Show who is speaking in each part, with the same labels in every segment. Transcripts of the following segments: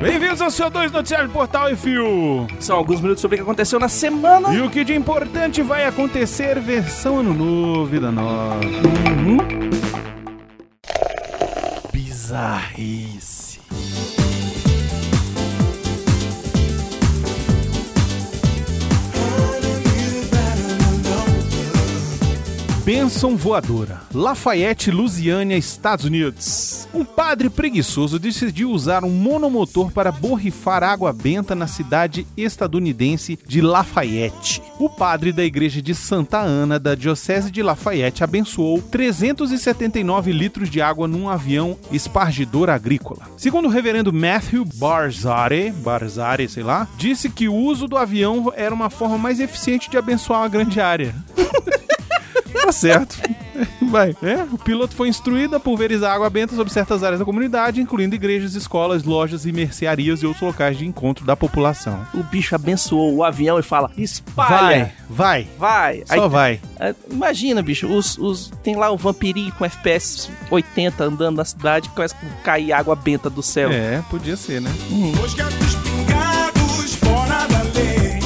Speaker 1: Bem-vindos ao seu 2 Noticiário Portal e Fio.
Speaker 2: São alguns minutos sobre o que aconteceu na semana.
Speaker 1: E o que de importante vai acontecer versão ano novo, vida nova. Hum?
Speaker 2: Bizarrice.
Speaker 1: Benção voadora. Lafayette, Lusiânia, Estados Unidos. Um padre preguiçoso decidiu usar um monomotor para borrifar água benta na cidade estadunidense de Lafayette. O padre da igreja de Santa Ana da diocese de Lafayette abençoou 379 litros de água num avião espargidor agrícola. Segundo o reverendo Matthew Barzare, Barzare, sei lá, disse que o uso do avião era uma forma mais eficiente de abençoar uma grande área. Tá certo. Vai. É, o piloto foi instruído a pulverizar água benta sobre certas áreas da comunidade, incluindo igrejas, escolas, lojas e mercearias e outros locais de encontro da população.
Speaker 2: O bicho abençoou o avião e fala: espalha!
Speaker 1: Vai,
Speaker 2: Vai!
Speaker 1: vai, só
Speaker 2: Aí-
Speaker 1: vai.
Speaker 2: Ah, Imagina, bicho, os, os- tem lá o vampirinho com FPS 80 andando na cidade, começa a cair água benta do céu.
Speaker 1: É, podia ser, né?
Speaker 3: Os gatos pingados fora da lei.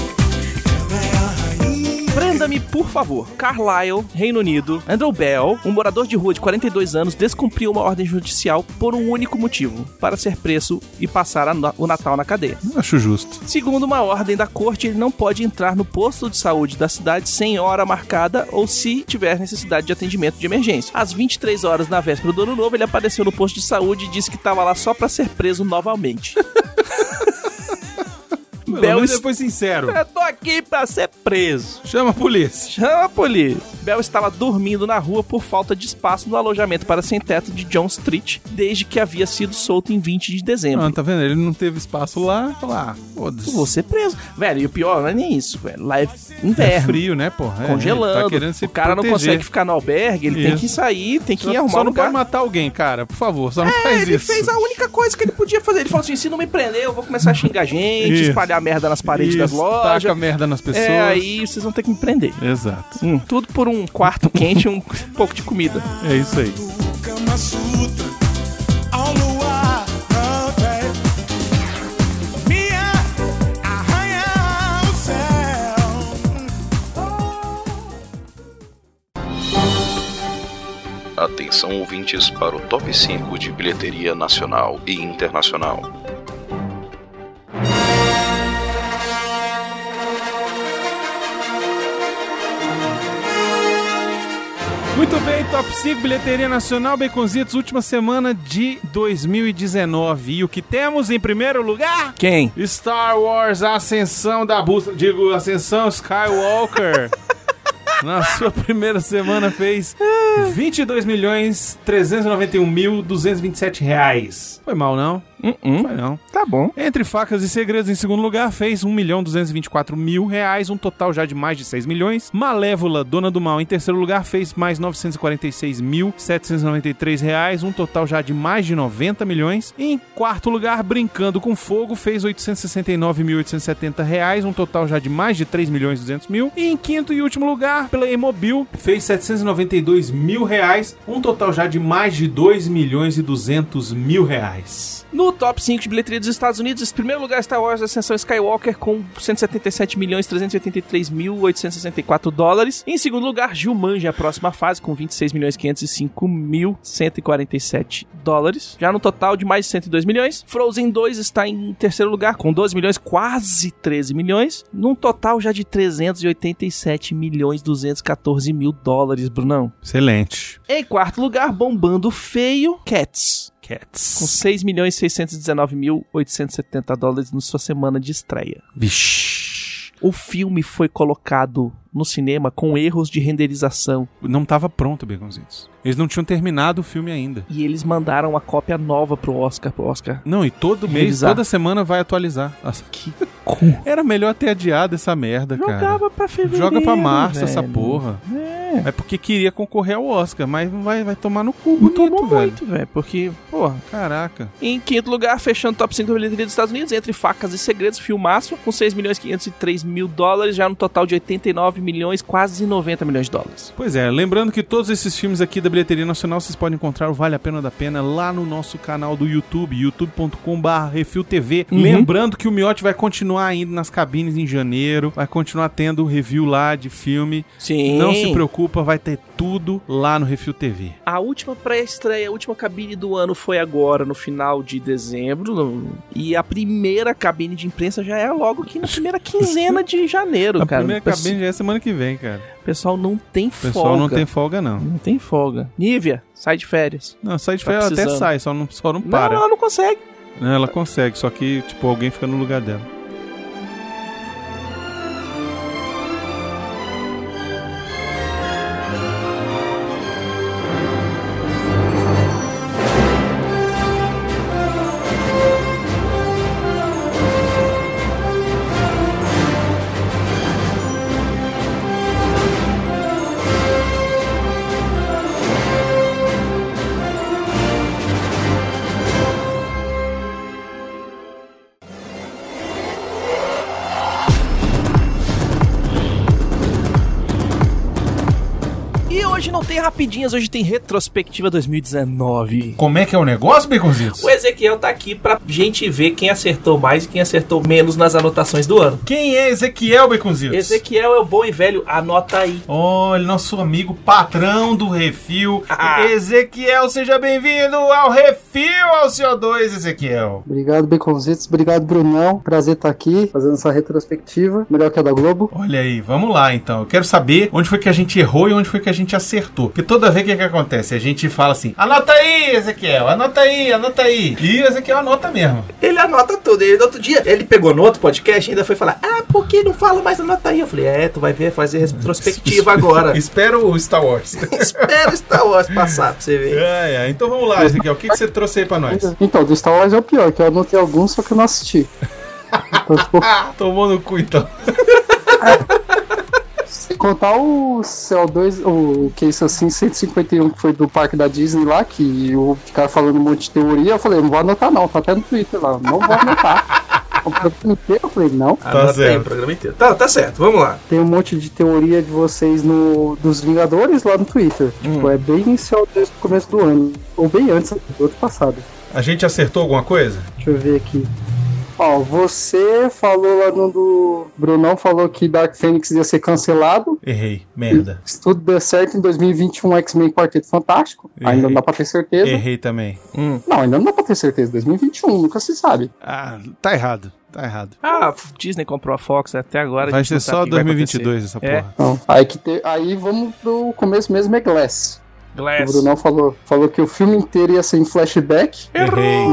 Speaker 3: Ela é a rainha.
Speaker 2: Prenda-me, por favor. Carlisle, Reino Unido, Andrew Bell, um morador de rua de 42 anos, descumpriu uma ordem judicial por um único motivo: para ser preso e passar a no- o Natal na cadeia.
Speaker 1: Não acho justo.
Speaker 2: Segundo uma ordem da corte, ele não pode entrar no posto de saúde da cidade sem hora marcada ou se tiver necessidade de atendimento de emergência. Às 23 horas na véspera do ano novo, ele apareceu no posto de saúde e disse que estava lá só para ser preso novamente.
Speaker 1: Pelo
Speaker 2: Bel
Speaker 1: menos
Speaker 2: est-
Speaker 1: ele foi sincero.
Speaker 2: Eu tô aqui para ser preso.
Speaker 1: Chama a polícia.
Speaker 2: Chama a polícia. Bell estava dormindo na rua por falta de espaço no alojamento para sem-teto de John Street, desde que havia sido solto em 20 de dezembro.
Speaker 1: Não, tá vendo? Ele não teve espaço lá. Falar, ah, foda-se.
Speaker 2: Vou ser preso. Velho, e o pior não é nem isso, velho. Lá é
Speaker 1: É
Speaker 2: inverno.
Speaker 1: frio, né, porra? É,
Speaker 2: Congelando,
Speaker 1: Tá querendo se
Speaker 2: o cara não
Speaker 1: proteger.
Speaker 2: consegue ficar no albergue, ele tem
Speaker 1: Isso.
Speaker 2: que sair, tem que
Speaker 1: Só,
Speaker 2: arrumar
Speaker 1: só
Speaker 2: um
Speaker 1: não
Speaker 2: lugar. É,
Speaker 1: pode matar alguém, cara. Por favor, só não faz
Speaker 2: ele
Speaker 1: isso.
Speaker 2: fez a única coisa que ele podia fazer. Ele falou assim: se não me prender, eu vou começar a xingar gente,
Speaker 1: Isso.
Speaker 2: espalhar merda nas paredes das
Speaker 1: Isso,
Speaker 2: lojas.
Speaker 1: Taca merda nas pessoas.
Speaker 2: É, aí vocês vão ter que me prender.
Speaker 1: Exato.
Speaker 2: Hum, tudo por um quarto quente e um pouco de comida.
Speaker 1: É isso aí.
Speaker 3: Do Kama Sutra ao luar da fé. Minha arranha ao céu.
Speaker 4: Atenção ouvintes para o top 5 de bilheteria nacional e internacional.
Speaker 1: Muito bem, Top 5 Bilheteria Nacional Baconzitos, última semana de 2019. E o que temos em primeiro lugar?
Speaker 2: Quem?
Speaker 1: Star Wars Ascensão da Bússola. Digo, Ascensão Skywalker. Na sua primeira semana fez 22 milhões 391 mil 227 reais. Foi mal, não? Foi não.
Speaker 2: Tá bom.
Speaker 1: Entre Facas e Segredos, em segundo lugar, fez 1 milhão 224 mil reais, um total já de mais de 6 milhões. Malévola, Dona do Mal, em terceiro lugar, fez mais 946 mil 793 reais, um total já de mais de 90 milhões. Em quarto lugar, Brincando com Fogo, fez 869 mil 870 reais, um total já de mais de 3 milhões e 200 mil. E em quinto e último lugar, Playmobil, fez 792 mil reais, um total já de mais de 2 milhões e 200 mil reais.
Speaker 2: No top 5 de bilheteria dos Estados Unidos, em primeiro lugar Star Wars Ascensão Skywalker com 177 milhões 383.864 dólares. Em segundo lugar, Jumanji, a próxima fase, com 26 milhões 505.147 dólares. Já no total de mais de 102 milhões. Frozen 2 está em terceiro lugar, com 12 milhões, quase 13 milhões. Num total já de 387 milhões 214 mil dólares, Brunão.
Speaker 1: Excelente.
Speaker 2: Em quarto lugar, bombando feio, Cats com
Speaker 1: Cats.
Speaker 2: 6 milhões 619.870 dólares na sua semana de estreia.
Speaker 1: Vixe.
Speaker 2: O filme foi colocado no cinema com erros de renderização
Speaker 1: Não tava pronto, Baconzitos. Eles não tinham terminado o filme ainda.
Speaker 2: e eles mandaram uma cópia nova pro Oscar, pro Oscar.
Speaker 1: Não, e todo mês,
Speaker 2: Revisar.
Speaker 1: toda semana vai atualizar. Nossa,
Speaker 2: Que cu.
Speaker 1: Era melhor ter adiado essa merda, cara.
Speaker 2: Jogava pra fevereiro.
Speaker 1: Joga pra março essa
Speaker 2: velho.
Speaker 1: porra. É. porque queria concorrer ao Oscar, mas não vai, vai tomar no cu
Speaker 2: Não
Speaker 1: bonito,
Speaker 2: tomou
Speaker 1: velho.
Speaker 2: muito, velho, porque, porra,
Speaker 1: Caraca.
Speaker 2: Em quinto lugar, fechando o top 5 da bilheteria dos Estados Unidos, entre facas e segredos, filmaço, com 6 milhões 503 mil dólares, já no total de 89 milhões, quase 90 milhões de dólares.
Speaker 1: Pois é, lembrando que todos esses filmes aqui da da Bilheteria Nacional, vocês podem encontrar o Vale a Pena da Pena lá no nosso canal do YouTube, youtube.com.br RefilTV.
Speaker 2: Uhum.
Speaker 1: Lembrando que o Miote vai continuar indo nas cabines em janeiro, vai continuar tendo review lá de filme.
Speaker 2: Sim.
Speaker 1: Não se preocupa, vai ter tudo lá no Refil TV.
Speaker 2: A última pré-estreia, a última cabine do ano foi agora, no final de dezembro. no- E a primeira cabine de imprensa já é logo aqui na primeira quinzena de janeiro,
Speaker 1: A
Speaker 2: cara.
Speaker 1: primeira
Speaker 2: O pe-
Speaker 1: cabine já é semana que vem, cara.
Speaker 2: O pessoal não tem
Speaker 1: O
Speaker 2: folga.
Speaker 1: pessoal não tem folga, não.
Speaker 2: Não tem folga. Nívia, sai de férias.
Speaker 1: Não, sai de
Speaker 2: Tá
Speaker 1: férias, ela até
Speaker 2: precisando.
Speaker 1: sai, só não, só não
Speaker 2: Não,
Speaker 1: para.
Speaker 2: ela não consegue.
Speaker 1: Não, Ela consegue, só que, tipo, alguém fica no lugar dela.
Speaker 2: E hoje não tem rapidinhas, hoje tem retrospectiva 2019.
Speaker 1: Como é que é o negócio, Baconzitos?
Speaker 2: O Ezequiel tá aqui pra gente ver quem acertou mais e quem acertou menos nas anotações do ano.
Speaker 1: Quem é Ezequiel, Baconzitos?
Speaker 2: Ezequiel é o bom e velho, anota aí.
Speaker 1: Olha, nosso amigo patrão do Refil,
Speaker 2: Ah.
Speaker 1: Ezequiel, seja bem-vindo ao Refil, ao CO2, Ezequiel.
Speaker 5: Obrigado, Beconzitos. Obrigado, Brunão. Prazer estar aqui fazendo essa retrospectiva. Melhor que a da Globo.
Speaker 1: Olha aí, vamos lá então. Eu quero saber onde foi que a gente errou e onde foi que a gente acertou. Porque toda vez o que, que acontece? A gente fala assim: anota aí, Ezequiel, anota aí, anota aí. E o Ezequiel anota mesmo.
Speaker 2: Ele anota tudo. Ele, no outro dia, ele pegou no outro podcast e ainda foi falar: Ah, por que não fala mais anota aí? Eu falei: É, tu vai ver, fazer retrospectiva agora.
Speaker 1: Espera o Star Wars.
Speaker 2: Espera o Star Wars passar pra você ver.
Speaker 1: é, é. Então vamos lá, Ezequiel. O que, que você trouxe aí pra nós?
Speaker 5: Então, do Star Wars é o pior, que eu anotei alguns, só que eu não assisti. Então, tipo,
Speaker 1: Ah, tomou no cu então.
Speaker 5: se contar o CO2, o que isso assim, 151 que foi do parque da Disney lá, que o cara falando um monte de teoria, eu falei, não vou anotar não, tá até no Twitter lá, não vou anotar. O programa inteiro, eu falei, não,
Speaker 1: Tá
Speaker 2: Anota aí
Speaker 1: certo.
Speaker 2: o programa inteiro. Tá, tá certo, vamos lá.
Speaker 5: tem um monte de teoria de vocês no dos Vingadores lá no Twitter. Tipo, é bem CO2 no começo do ano, ou bem antes do ano passado.
Speaker 1: A gente acertou alguma coisa?
Speaker 5: Deixa eu ver aqui. Ó, você falou lá no do. Brunão falou que Dark Phoenix ia ser cancelado.
Speaker 1: Errei. Merda.
Speaker 5: Se tudo der certo, em 2021 X-Men Quarteto Fantástico. Ainda não dá pra ter certeza.
Speaker 1: Errei também.
Speaker 5: Não, ainda não dá pra ter certeza. 2021, nunca se sabe.
Speaker 1: Ah, tá errado. Tá errado.
Speaker 2: Ah, Disney comprou a Fox até agora.
Speaker 1: Vai ser só 2022 essa
Speaker 2: É.
Speaker 1: porra.
Speaker 5: Então, aí, que te- aí vamos pro começo mesmo, é Glass. O
Speaker 2: Glass.
Speaker 5: Brunão falou, falou que o filme inteiro ia ser em flashback.
Speaker 1: Errei.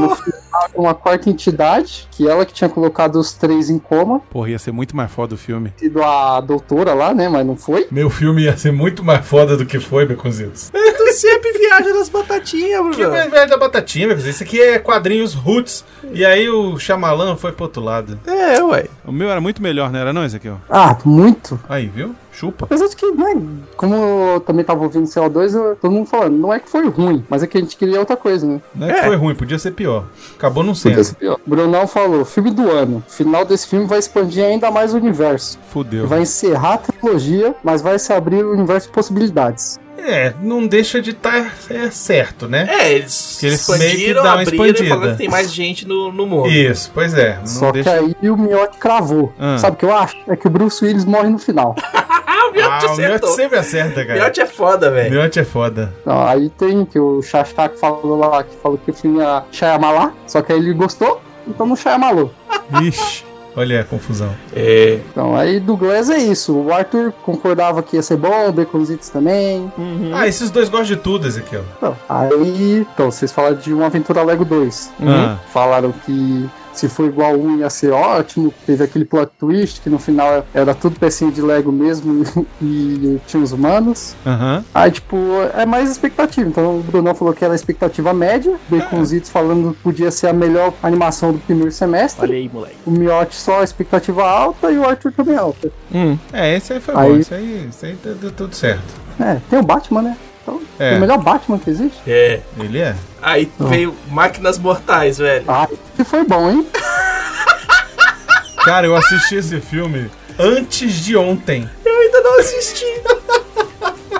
Speaker 5: Uma quarta entidade, que ela que tinha colocado os três em coma.
Speaker 1: Porra, ia ser muito mais foda o filme.
Speaker 5: Sido a doutora lá, né? Mas não foi.
Speaker 1: Meu filme ia ser muito mais foda do que foi, Beconzitos.
Speaker 2: Tu sempre viaja nas batatinhas,
Speaker 1: Que mais é velho da batatinha, Beconzitos. Isso aqui é quadrinhos roots. E aí o Xamalã foi pro outro lado.
Speaker 2: É, ué.
Speaker 1: O meu era muito melhor, não era não, Ezequiel?
Speaker 5: Ah, muito.
Speaker 1: Aí, viu? Chupa.
Speaker 5: Apesar de que, né, como eu também tava ouvindo CO2, eu- todo mundo falando, não é que foi ruim, mas é que a gente queria outra coisa, né?
Speaker 1: Não é, que foi ruim, podia ser pior. Acabou não
Speaker 5: Podia
Speaker 1: sendo.
Speaker 5: ser pior. Brunão falou, filme do ano. O final desse filme vai expandir ainda mais o universo.
Speaker 1: Fudeu.
Speaker 5: Vai encerrar a trilogia, mas vai se abrir o universo de possibilidades.
Speaker 1: É, não deixa de estar certo, né?
Speaker 2: É, eles,
Speaker 1: Que eles
Speaker 2: expandiram,
Speaker 1: meio que dá uma
Speaker 2: abriram e falaram
Speaker 1: expandida.
Speaker 2: que tem mais gente no, no mundo.
Speaker 1: Isso, pois é. Não
Speaker 5: Só
Speaker 1: deixa...
Speaker 5: que aí o Miotti cravou.
Speaker 1: Ah.
Speaker 5: Sabe o que eu acho? É que o Bruce Willis morre no final.
Speaker 2: Ah, o Miotti
Speaker 1: Ah, o Miotti
Speaker 2: acertou.
Speaker 1: sempre acerta,
Speaker 2: O
Speaker 1: cara.
Speaker 2: Miotti é foda, velho.
Speaker 1: Miotti é foda.
Speaker 5: Então, aí tem que o Chachá que falou lá, que falou que o filme ia Shyamalan, só que aí ele gostou, então não Shyamalan.
Speaker 1: Ixi, olha a confusão.
Speaker 2: É.
Speaker 5: Então, aí do Glass é isso. O Arthur concordava que ia ser bom, o Baconzitos também.
Speaker 1: Ah, esses dois gostam de tudo, Ezequiel.
Speaker 5: Então, aí, então, vocês falaram de uma aventura Lego 2.
Speaker 1: Ah,
Speaker 5: Falaram que se for igual a um ia ser ótimo. Teve aquele plot twist que no final era tudo pecinha de Lego mesmo e tinha os humanos.
Speaker 1: aham.
Speaker 5: Aí, tipo, é mais expectativa. Então, o Brunão falou que era a expectativa média. O Baconzitos falando que podia ser a melhor animação do primeiro semestre.
Speaker 2: Olha aí, moleque.
Speaker 5: O Miotti só a expectativa alta e o Arthur também alta.
Speaker 1: É, esse aí foi
Speaker 5: Aí-
Speaker 1: bom. Esse aí, esse aí deu, deu tudo certo.
Speaker 5: É, tem o Batman, né? Então,
Speaker 1: É.
Speaker 5: é o melhor Batman que existe.
Speaker 2: É.
Speaker 1: Ele é.
Speaker 2: Aí veio Máquinas Mortais, velho.
Speaker 5: Ah, esse foi bom, hein?
Speaker 1: Cara, eu assisti esse filme antes de ontem.
Speaker 2: Eu ainda não assisti.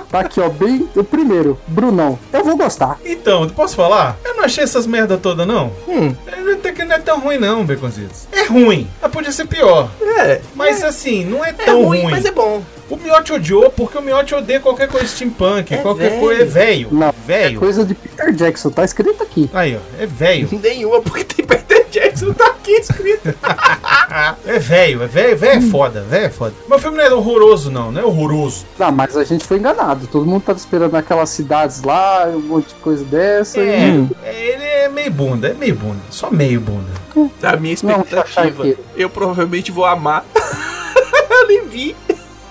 Speaker 5: Tá aqui, ó, bem. O primeiro, Brunão. Eu vou gostar.
Speaker 1: Então, posso falar? Eu não achei essas merda toda, não.
Speaker 2: Hum,
Speaker 1: Ele Até que não é tão ruim, não, Beconzitos. É ruim. Mas podia ser pior.
Speaker 2: é.
Speaker 1: Mas assim, não é tão ruim.
Speaker 2: mas é bom.
Speaker 1: O Miotti odiou porque o Miotti odeia qualquer coisa steampunk.
Speaker 2: É
Speaker 1: qualquer
Speaker 2: velho.
Speaker 1: coisa. É velho.
Speaker 5: Não, é
Speaker 1: Velho.
Speaker 5: Coisa de Peter Jackson, tá escrito aqui.
Speaker 1: Aí, ó. É velho.
Speaker 2: Nenhuma, porque tem Peter Jackson tá aqui escrito.
Speaker 1: É velho. É velho. Velho é foda. Velho é foda. Mas o filme não é horroroso, não. Não é horroroso.
Speaker 5: Ah, mas a gente foi enganado. Todo mundo tava esperando aquelas cidades lá, um monte de coisa dessa.
Speaker 1: É,
Speaker 5: E...
Speaker 1: é, ele é meio bunda. É meio bunda. Só meio bunda.
Speaker 2: A minha
Speaker 5: Não,
Speaker 2: expectativa.
Speaker 5: chachaqueiro.
Speaker 2: eu provavelmente vou amar. eu nem vi.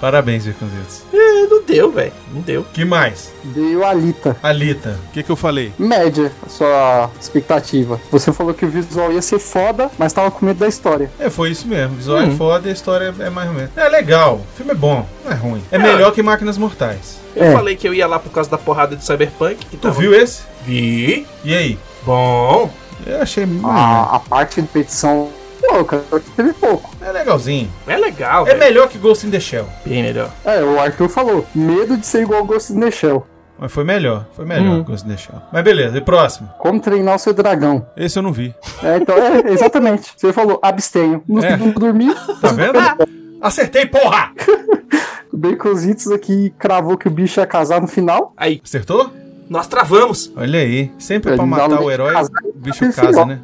Speaker 1: Parabéns, Beconzitos.
Speaker 2: É, Não deu, velho. Não deu.
Speaker 1: que mais?
Speaker 5: Veio a Alita.
Speaker 1: Alita. O que, que eu falei?
Speaker 5: Média, a sua expectativa. Você falou que o visual ia ser foda, mas tava com medo da história.
Speaker 1: É, foi isso mesmo. O visual é
Speaker 2: Hum.
Speaker 1: foda e a história é mais ou menos. É legal. O filme é bom. Não é ruim. É melhor que Máquinas Mortais.
Speaker 2: Eu
Speaker 5: É.
Speaker 2: falei que eu ia lá por causa da porrada de Cyberpunk. Que
Speaker 1: Tu viu esse?
Speaker 2: Vi.
Speaker 1: E aí?
Speaker 2: Bom.
Speaker 1: Eu achei.
Speaker 2: Ah.
Speaker 5: Ah, A, a parte de petição louca, só que teve pouco.
Speaker 1: É legalzinho.
Speaker 2: É legal,
Speaker 1: É
Speaker 2: velho.
Speaker 1: melhor que Ghost in the Shell.
Speaker 2: Bem melhor.
Speaker 5: É, o Arthur falou, medo de ser igual ao Ghost in the Shell.
Speaker 1: Mas foi melhor. Foi melhor
Speaker 2: Hum.
Speaker 1: que Ghost in the Shell. Mas beleza, e próximo?
Speaker 5: Como treinar o seu dragão.
Speaker 1: Esse eu não vi.
Speaker 5: É, então, é, exatamente. Você falou, abstenho. Não
Speaker 1: É.
Speaker 5: não dormi.
Speaker 1: Tá vendo? Acertei, porra!
Speaker 5: O Baconzitos aqui cravou que o bicho ia casar no final.
Speaker 2: Aí,
Speaker 1: Acertou?
Speaker 2: nós travamos.
Speaker 1: Olha aí. Sempre pra
Speaker 5: Ele
Speaker 1: matar
Speaker 5: dá um
Speaker 1: o herói,
Speaker 5: casar
Speaker 1: o bicho casa, né?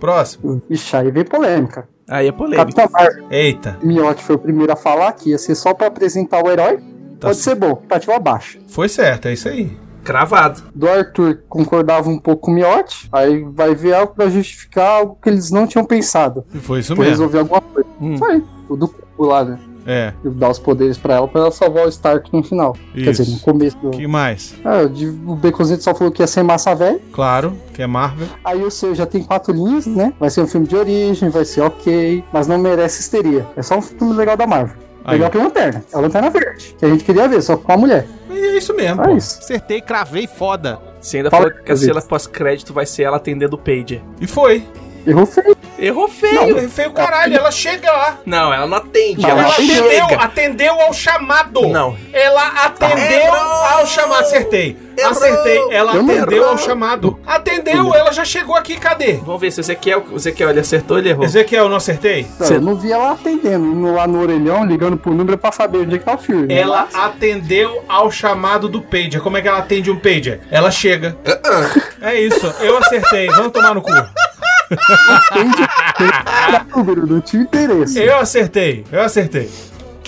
Speaker 1: Próximo.
Speaker 5: Ixi, aí vem polêmica.
Speaker 2: Aí é polêmico.
Speaker 5: Capitão Marvel,
Speaker 1: Eita.
Speaker 5: Miotti foi o primeiro a falar que ia ser só pra apresentar o herói.
Speaker 1: Tá
Speaker 5: Pode
Speaker 1: c-
Speaker 5: ser bom, partiu abaixo.
Speaker 1: Foi certo, é isso aí.
Speaker 2: tá. Cravado.
Speaker 5: Do Arthur concordava um pouco com o Miotti, aí vai ver algo pra justificar algo que eles não tinham pensado.
Speaker 1: E Foi isso
Speaker 5: Foi
Speaker 1: mesmo.
Speaker 5: resolver alguma coisa.
Speaker 2: Hum.
Speaker 5: Foi. O do cu lá, né?
Speaker 1: É.
Speaker 5: E Dar os poderes pra ela pra ela salvar o Stark no final. Quer
Speaker 1: Isso.
Speaker 5: dizer, no começo do.
Speaker 1: Que mais?
Speaker 5: Ah, o de- o Baconzito só falou que ia ser massa velha.
Speaker 1: Claro, que é Marvel.
Speaker 5: Aí o seu já tem quatro linhas, né? Vai ser um filme de origem, vai ser ok, mas não merece histeria. É só um filme legal da Marvel.
Speaker 1: Aí.
Speaker 5: Legal que a Lanterna. É a Lanterna Verde, que a gente queria ver, só com a mulher.
Speaker 1: E é isso mesmo.
Speaker 5: É
Speaker 1: pô.
Speaker 5: isso.
Speaker 1: Acertei, cravei, foda.
Speaker 2: Você ainda
Speaker 5: Fala,
Speaker 2: falou que a
Speaker 5: Zito.
Speaker 2: cena pós-crédito vai ser ela atendendo o pager.
Speaker 1: E foi.
Speaker 5: Errou feio.
Speaker 2: Errou feio.
Speaker 1: Não, feio caralho, ela chega lá.
Speaker 2: Não, ela não atende.
Speaker 5: Não,
Speaker 2: ela
Speaker 1: Ela atendeu,
Speaker 2: chega.
Speaker 1: atendeu ao chamado.
Speaker 2: Não.
Speaker 1: Ela atendeu
Speaker 2: Errou!
Speaker 1: ao chamado. Acertei.
Speaker 2: Errou!
Speaker 1: Acertei. Ela
Speaker 5: Eu não-
Speaker 1: atendeu
Speaker 2: Errou!
Speaker 1: ao chamado. Atendeu, ela já chegou aqui, cadê?
Speaker 2: Vamos ver se o Ezequiel, o Ezequiel ele acertou ou ele errou.
Speaker 1: Ezequiel, não acertei?
Speaker 5: Não,
Speaker 2: Cê-
Speaker 5: Eu não vi ela atendendo, indo lá no orelhão, ligando pro número pra saber onde é que tá o filme.
Speaker 1: Ela atendeu ao chamado do pager. Como é que ela atende um pager? Ela chega. É isso, eu acertei. Vamos tomar no cu.
Speaker 5: atende o número, não tinha interesse.
Speaker 1: Eu acertei, eu acertei.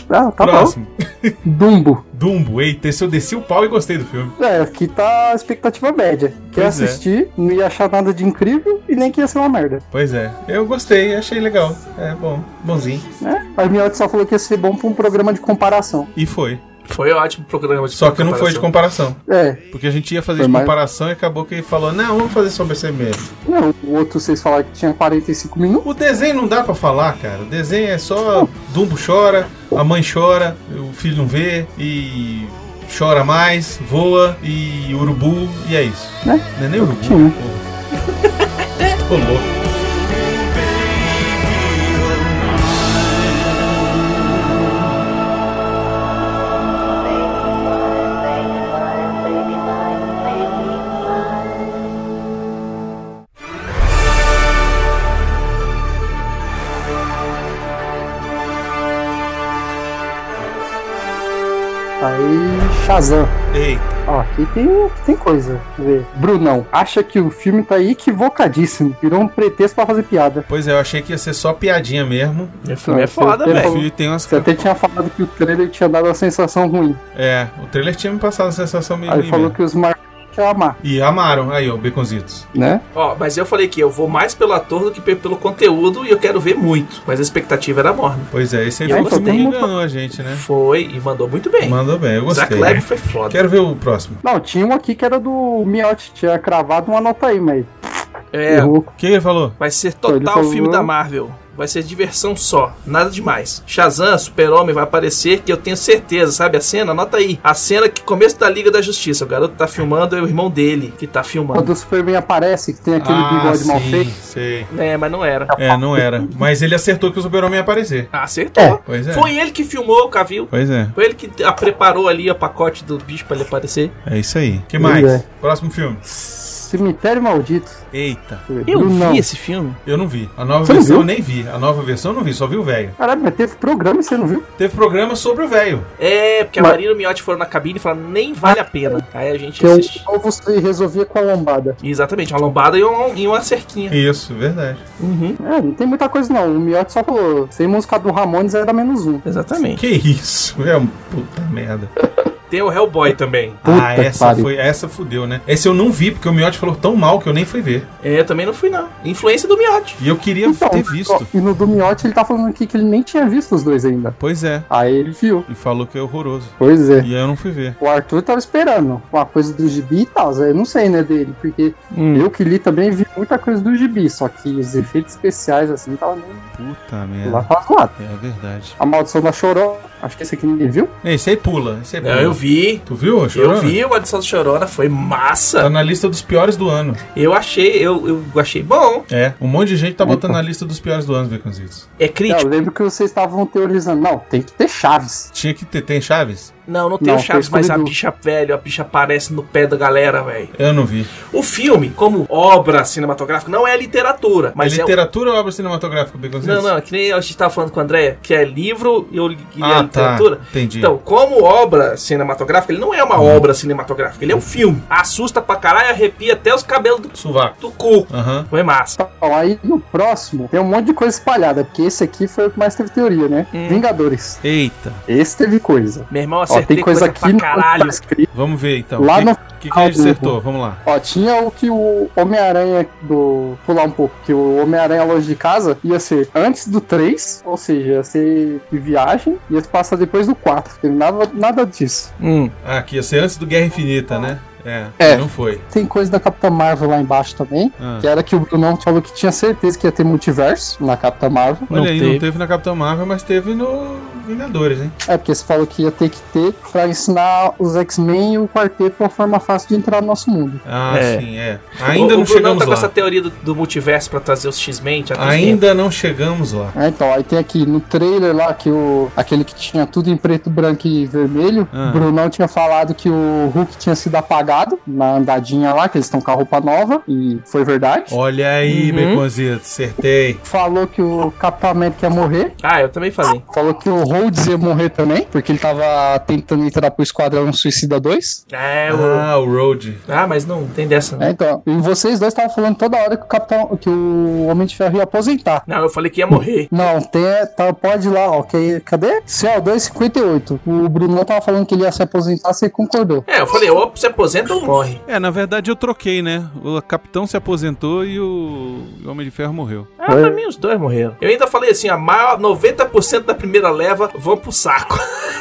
Speaker 5: Ah, tá
Speaker 1: Próximo.
Speaker 5: bom. Dumbo.
Speaker 1: Dumbo, eita, esse eu desci o pau e gostei do filme.
Speaker 5: É, aqui tá a expectativa média. Quer
Speaker 1: Pois é.
Speaker 5: assistir, não ia achar nada de incrível e nem que ia ser uma merda.
Speaker 1: Pois é, eu gostei, achei legal. É bom, bonzinho.
Speaker 5: Né? Mas Miotti só falou que ia ser bom pra um programa de comparação.
Speaker 1: E foi.
Speaker 2: Foi ótimo o programa de
Speaker 1: Só que não foi de
Speaker 2: comparação.
Speaker 1: comparação.
Speaker 5: É,
Speaker 1: Porque a gente ia fazer
Speaker 5: Foi
Speaker 1: de
Speaker 5: mais-
Speaker 1: comparação e acabou que ele falou: não, vamos fazer sobre esse mesmo.
Speaker 5: Não, o outro vocês falaram que tinha 45 minutos.
Speaker 1: O desenho não dá pra falar, cara. O desenho é só Dumbo chora, a mãe chora, o filho não vê e chora mais, voa e urubu e é isso.
Speaker 5: Né?
Speaker 1: Não é nem urubu.
Speaker 5: Sim.
Speaker 1: porra. Tô louco.
Speaker 5: Aí, Shazam.
Speaker 1: Eita,
Speaker 5: Ó, aqui tem, aqui tem coisa. Deixa eu ver. Brunão, acha que o filme tá equivocadíssimo. Virou um pretexto pra fazer piada.
Speaker 1: pois é, eu achei que ia ser só piadinha mesmo.
Speaker 2: O filme é
Speaker 5: Não,
Speaker 2: foda,
Speaker 5: foi-
Speaker 1: O
Speaker 2: velho.
Speaker 1: filho tem umas.
Speaker 5: Você até tinha falado que o trailer tinha dado uma sensação ruim.
Speaker 1: É, o trailer tinha me passado uma sensação meio.
Speaker 5: Aí
Speaker 1: ruim
Speaker 5: falou
Speaker 1: mesmo.
Speaker 5: que os marcos iam amar,
Speaker 1: E amaram, aí ó, Beconzitos.
Speaker 5: né?
Speaker 2: Ó, mas eu falei que eu vou mais pelo ator do que pe- pelo conteúdo e eu quero ver muito. Mas a expectativa era morna.
Speaker 1: Pois é, esse aí
Speaker 2: E
Speaker 1: foi
Speaker 2: eu
Speaker 1: o filme que
Speaker 2: gostei.
Speaker 1: enganou a gente, né?
Speaker 2: Foi e mandou muito bem.
Speaker 1: Mandou bem, eu
Speaker 2: Zack
Speaker 1: gostei.
Speaker 2: Levy foi foda.
Speaker 1: Quero ver o próximo.
Speaker 5: Não, tinha um aqui que era do Miotti. Tinha cravado uma nota aí, mas
Speaker 2: É,
Speaker 5: errou.
Speaker 1: O que ele falou?
Speaker 2: vai ser
Speaker 5: Ele
Speaker 2: total
Speaker 5: falou-
Speaker 2: filme da Marvel. Vai ser diversão só, nada demais. Shazam, Super-Homem vai aparecer, que eu tenho certeza, sabe a cena? Anota aí. A cena que começo da Liga da Justiça. O garoto tá filmando, é o irmão dele que tá
Speaker 5: Quando
Speaker 2: filmando.
Speaker 5: o Superman aparece, que tem aquele
Speaker 1: Ah,
Speaker 5: bigode mal
Speaker 1: sim,
Speaker 5: feito.
Speaker 1: sei.
Speaker 2: É, mas não era. Ah,
Speaker 1: É, não era. Mas ele acertou que o super-homem ia aparecer.
Speaker 2: Acertou.
Speaker 1: Pois é.
Speaker 2: Foi ele que filmou, Cavil.
Speaker 1: Pois é,
Speaker 2: Foi ele que a- preparou ali o pacote do bicho pra ele aparecer.
Speaker 1: é isso aí. que
Speaker 5: Pois
Speaker 1: mais?
Speaker 5: é.
Speaker 1: Próximo filme.
Speaker 5: Cemitério Maldito.
Speaker 1: Eita,
Speaker 2: Eu
Speaker 5: Viu?
Speaker 2: vi esse filme.
Speaker 1: eu não vi. A nova
Speaker 5: Você não
Speaker 1: versão eu
Speaker 5: viu?
Speaker 1: nem vi. A nova versão eu não vi, só vi o velho.
Speaker 5: Caralho, mas teve programa e você não viu?
Speaker 1: Teve programa sobre o velho.
Speaker 2: É, porque a
Speaker 5: Mas-
Speaker 2: Marina e o Miotti foram na cabine e falaram, nem vale a pena. Aí a gente
Speaker 5: Que eu,
Speaker 2: assiste.
Speaker 5: ou você resolvia com a lombada.
Speaker 2: Exatamente, uma lombada e uma, e uma cerquinha.
Speaker 1: Isso, verdade.
Speaker 2: Uhum,
Speaker 5: É, não tem muita coisa não. O Miotti só falou, sem música do Ramones era menos um.
Speaker 2: exatamente.
Speaker 1: Que isso, é um puta merda.
Speaker 2: Tem o Hellboy também.
Speaker 5: Puta
Speaker 1: ah,
Speaker 5: que
Speaker 1: essa
Speaker 5: pariu.
Speaker 1: foi, essa fudeu, né? Esse eu não vi porque o Miotti falou tão mal que eu nem fui ver.
Speaker 2: É, eu também não fui, não. Influência do Miotti.
Speaker 1: E eu queria
Speaker 5: Então,
Speaker 1: ter visto.
Speaker 5: ó, E no do Miotti ele tá falando aqui que ele nem tinha visto os dois ainda.
Speaker 1: Pois é.
Speaker 5: Aí ele viu.
Speaker 1: E falou que é horroroso.
Speaker 5: Pois é.
Speaker 1: E eu não fui ver.
Speaker 5: O Arthur tava esperando uma coisa do gibi e tal, eu não sei, né, dele, porque
Speaker 1: Hum.
Speaker 5: eu que li também vi muita coisa do gibi, só que os efeitos especiais, assim, tava meio
Speaker 1: Puta
Speaker 5: lá
Speaker 1: Tá, merda.
Speaker 5: pra lá.
Speaker 1: É verdade.
Speaker 5: A Maldição da Choró, acho que esse aqui ninguém viu.
Speaker 1: Esse aí pula. Esse aí pula.
Speaker 2: Não, É, eu vi.
Speaker 1: Tu viu, ô,
Speaker 2: Eu
Speaker 1: Chorona?
Speaker 2: vi o Adição do Chorona, foi
Speaker 1: Tá
Speaker 2: massa.
Speaker 1: na lista dos piores do ano.
Speaker 2: Eu achei, eu, eu achei bom.
Speaker 1: É. Um monte de gente tá botando na lista dos piores do ano, Beconzitos.
Speaker 2: É
Speaker 5: É,
Speaker 1: tipo-
Speaker 2: crítico.
Speaker 5: eu lembro que vocês estavam teorizando, não, tem que ter Chaves.
Speaker 1: Tinha que ter. Tem Chaves?
Speaker 2: Não, não tem
Speaker 5: Não,
Speaker 2: o Chaves,
Speaker 5: foi
Speaker 2: mas a
Speaker 5: Scooby-Doo.
Speaker 2: bicha velha, a bicha aparece no pé da galera, velho.
Speaker 1: Eu não vi.
Speaker 2: O filme, como obra cinematográfica, não é literatura, mas
Speaker 1: é
Speaker 2: é.
Speaker 1: literatura ou obra cinematográfica, Beconzitos?
Speaker 2: Não, não, que nem a gente tava falando com o André, que é livro e eu li- e é
Speaker 1: Ah, tá.
Speaker 2: literatura.
Speaker 1: Entendi.
Speaker 2: Então, como obra cinematográfica, ele não é uma
Speaker 1: Uhum.
Speaker 2: obra cinematográfica, ele é um filme. Assusta pra caralho, arrepia até os cabelos do,
Speaker 1: Sovaco.
Speaker 2: do cu.
Speaker 1: Aham.
Speaker 2: Foi massa.
Speaker 5: Então, aí no próximo tem um monte de coisa espalhada, porque esse aqui foi o que mais teve teoria, né?
Speaker 2: Hum.
Speaker 5: Vingadores.
Speaker 1: Eita.
Speaker 5: Esse teve coisa.
Speaker 2: Meu irmão,
Speaker 5: Ó,
Speaker 2: acertei
Speaker 5: tem coisa, aqui
Speaker 2: pra
Speaker 5: no- tá
Speaker 2: caralho.
Speaker 5: escrito.
Speaker 1: Vamos ver então.
Speaker 5: Lá
Speaker 1: que,
Speaker 5: no
Speaker 1: que, que a gente acertou? Vamos lá.
Speaker 5: Ó, tinha o que o Homem-Aranha do. Pular um pouco, que o Homem-Aranha longe de casa ia ser antes do 3, ou seja, ia ser de viagem, ia se passar depois do 4. Tem nada, nada disso.
Speaker 1: Ah, aqui ia ser antes do Guerra Infinita, né? É.
Speaker 5: É.
Speaker 1: Não foi.
Speaker 5: Tem coisa da Capitã Marvel lá embaixo também.
Speaker 1: Ah.
Speaker 5: Que era que o Brunão falou que tinha certeza que ia ter multiverso na Capitã Marvel.
Speaker 1: Olha
Speaker 2: Não
Speaker 1: aí, não
Speaker 2: teve.
Speaker 1: teve na Capitã Marvel, mas teve no Vingadores, hein?
Speaker 5: É, porque você falou que ia ter que ter pra ensinar os X-Men e o quarteto uma forma fácil de entrar no nosso mundo.
Speaker 1: Ah,
Speaker 2: É.
Speaker 1: sim, é. Ainda
Speaker 2: o,
Speaker 1: não
Speaker 2: o Brunão
Speaker 1: chegamos
Speaker 2: tá com
Speaker 1: lá.
Speaker 2: essa teoria do, do multiverso pra trazer os X-Men. já tem uns
Speaker 1: Ainda não chegamos lá.
Speaker 5: É, então, aí tem aqui no trailer lá que o. aquele que tinha tudo em preto, branco e vermelho.
Speaker 1: Ah.
Speaker 5: O Brunão tinha falado que o Hulk tinha sido apagado na andadinha lá, que eles estão com a roupa nova, e foi verdade.
Speaker 1: Olha aí,
Speaker 2: Uhum.
Speaker 1: Beconzito, acertei.
Speaker 5: Falou que o Capitão América ia morrer.
Speaker 2: tempo. Ah, eu também falei.
Speaker 5: Falou que o Rhodes ia morrer também, porque ele tava tentando entrar pro Esquadrão Suicida 2.
Speaker 2: É, o...
Speaker 1: Ah, o Road.
Speaker 2: Ah, mas não, tem dessa não.
Speaker 5: É, então, e vocês dois estavam falando toda hora que o Capitão, que o Homem de Ferro ia aposentar.
Speaker 2: Não, eu falei que ia morrer.
Speaker 5: Não, tem, tá, pode ir lá, ó. Que, cadê? CO258. O Bruno tava falando que ele ia se aposentar, você concordou.
Speaker 2: É, eu falei, ou se aposenta ou morre.
Speaker 6: É, na verdade eu troquei, né? O capitão se aposentou e o Homem de Ferro morreu.
Speaker 2: Ah, pra mim os dois morreram. Eu ainda falei assim, a maior 90% da primeira leva vão pro saco.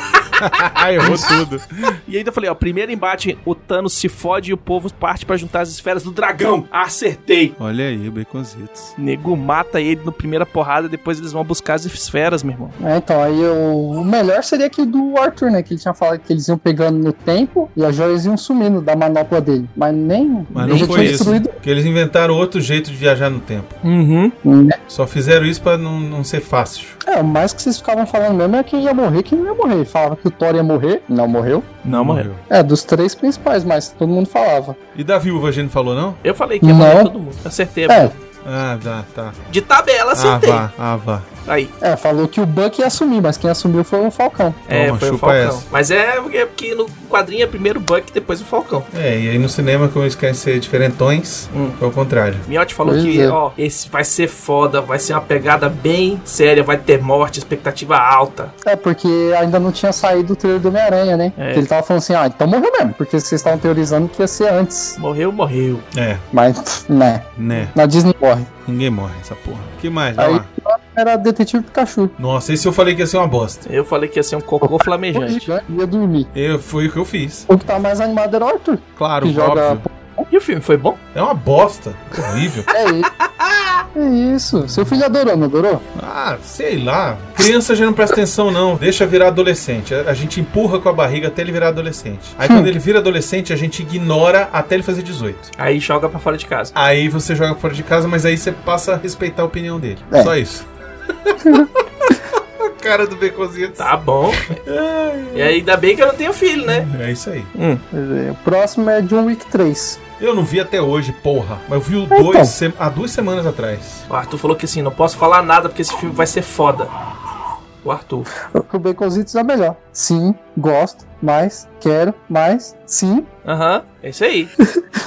Speaker 6: Ah, errou tudo.
Speaker 2: E ainda falei, ó, primeiro embate, o Thanos se fode e o povo parte pra juntar as esferas do dragão. Acertei.
Speaker 6: Olha aí, Baconzitos.
Speaker 2: Nego mata ele na primeira porrada, depois eles vão buscar as esferas, meu irmão.
Speaker 5: É, então, aí o, o melhor seria que do Arthur, né? Que ele tinha falado que eles iam pegando no tempo e as joias iam sumindo da manopla dele. Mas nem.
Speaker 1: Mas não
Speaker 5: já
Speaker 1: foi
Speaker 5: tinha
Speaker 1: isso.
Speaker 5: destruído,
Speaker 1: Porque eles inventaram outro jeito de viajar no tempo.
Speaker 2: Uhum.
Speaker 5: né?
Speaker 1: Só fizeram isso pra não, não ser fácil.
Speaker 5: É, o mais que vocês ficavam falando mesmo é quem ia morrer, quem não ia morrer. Falava que o Thor ia morrer, não morreu.
Speaker 2: Não morreu.
Speaker 5: É, dos três principais, mas todo mundo falava.
Speaker 1: E da viúva a gente não falou, não?
Speaker 2: Eu falei que ia morrer
Speaker 5: Não.
Speaker 2: todo mundo. Acertei.
Speaker 5: É,
Speaker 1: Ah, tá, tá.
Speaker 2: De tabela,
Speaker 1: Ah,
Speaker 2: acertei.
Speaker 1: vá, ah, vá.
Speaker 2: Aí.
Speaker 5: é, falou que o Buck ia assumir, mas quem assumiu foi o Falcão.
Speaker 2: É,
Speaker 1: Toma,
Speaker 2: foi o
Speaker 1: chupa
Speaker 2: Falcão.
Speaker 1: essa.
Speaker 2: Mas é porque- é porque no quadrinho é primeiro o Buck, depois o Falcão.
Speaker 1: É, e aí no cinema, como eles querem ser diferentões,
Speaker 2: Hum.
Speaker 1: é o contrário.
Speaker 2: Miotti falou
Speaker 5: Pois
Speaker 2: que,
Speaker 5: é.
Speaker 2: ó, esse vai ser foda, vai ser uma pegada bem séria, vai ter morte, expectativa alta.
Speaker 5: É, porque ainda não tinha saído o trailer do Homem-Aranha, né?
Speaker 2: É.
Speaker 5: Que Ele tava falando assim, ah, então morreu mesmo, porque vocês estavam teorizando que ia ser antes.
Speaker 2: Morreu, morreu.
Speaker 1: É,
Speaker 5: Mas, pff, né,
Speaker 1: né?
Speaker 5: na Disney morre.
Speaker 1: Ninguém morre essa porra. que mais? Vai
Speaker 5: Aí-
Speaker 1: lá.
Speaker 5: Era Detetive Pikachu.
Speaker 1: Nossa, esse eu falei que ia ser uma bosta.
Speaker 2: Eu falei que ia ser um cocô
Speaker 5: O
Speaker 2: flamejante.
Speaker 5: gigante né, ia dormir.
Speaker 1: Eu, foi o que eu fiz.
Speaker 5: O que tá mais animado era o Arthur.
Speaker 1: Claro,
Speaker 5: Que joga-
Speaker 1: óbvio.
Speaker 2: E o filme foi bom?
Speaker 1: É uma bosta. Horrível.
Speaker 5: É ele. É isso. Seu filho adorou, não adorou?
Speaker 1: Ah, sei lá. Criança já não presta atenção, não. Deixa virar adolescente. A, a gente empurra com a barriga até ele virar adolescente. Aí quando ele vira adolescente, a gente ignora até ele fazer 18.
Speaker 2: Aí joga pra fora de casa.
Speaker 1: Aí você joga fora de casa, mas aí você passa a respeitar a opinião dele.
Speaker 5: É.
Speaker 1: Só isso. a cara do Becozitos.
Speaker 2: Tá bom. e aí, ainda bem que eu não tenho filho, né?
Speaker 1: É isso aí.
Speaker 5: Pois é, O próximo é John Wick 3.
Speaker 1: Eu não vi até hoje, porra. Mas eu vi o 2 se... há duas semanas atrás.
Speaker 2: O Arthur falou que assim, não posso falar nada porque esse filme vai ser foda. O Arthur.
Speaker 5: O Baconzitos é melhor. Sim, gosto, mais, quero, mais, sim.
Speaker 2: Aham, é isso aí.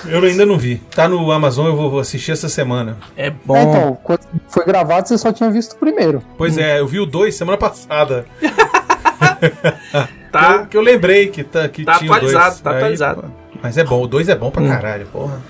Speaker 1: Eu ainda não vi. Tá no Amazon, eu vou vou assistir essa semana.
Speaker 2: É
Speaker 5: É,
Speaker 2: bom.
Speaker 5: então, quando foi gravado, você só tinha visto o primeiro.
Speaker 1: Pois é, eu vi o 2 semana passada.
Speaker 2: Tá.
Speaker 1: Que eu lembrei que, tá, que
Speaker 2: Tá
Speaker 1: tinha o dois.
Speaker 2: atualizado, tá
Speaker 1: Aí,
Speaker 2: atualizado.
Speaker 1: pô, Mas é bom, o 2 é bom pra caralho, porra.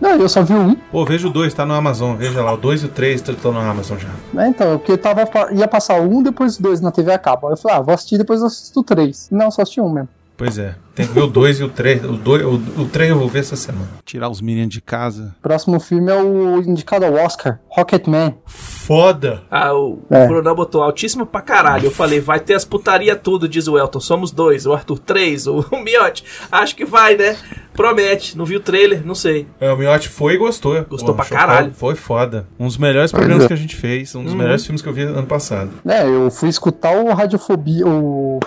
Speaker 5: Não, eu só vi um.
Speaker 1: Pô, veja o 2, tá no Amazon, veja lá. O 2 e o 3 estão no Amazon já.
Speaker 5: Né, então, porque eu tava, pa- ia passar um, depois dois na TV a cabo. Aí eu falei, ah, vou assistir, depois eu assisto três. Não, só assisti um mesmo.
Speaker 1: Pois é, tem que ver o 2 e o 3. O 3 o, o três eu vou ver essa semana.
Speaker 7: Tirar os meninos de casa.
Speaker 5: Próximo filme é o indicado ao Oscar, Rocketman.
Speaker 1: Foda!
Speaker 2: Ah, o
Speaker 5: É.
Speaker 2: Brunão botou altíssimo pra caralho. Eu falei, vai ter as putaria tudo, diz o Elton. Somos dois, o Arthur três, o o Miotti. Acho que vai, né? Promete. Não viu o trailer? Não sei.
Speaker 1: É, o Miotti foi e gostou.
Speaker 2: Gostou pra
Speaker 1: achou
Speaker 2: caralho.
Speaker 1: foda- Foi foda. Um dos melhores programas que a gente fez, um dos melhores filmes que eu vi ano passado.
Speaker 5: É, eu fui escutar o Radiofobia, o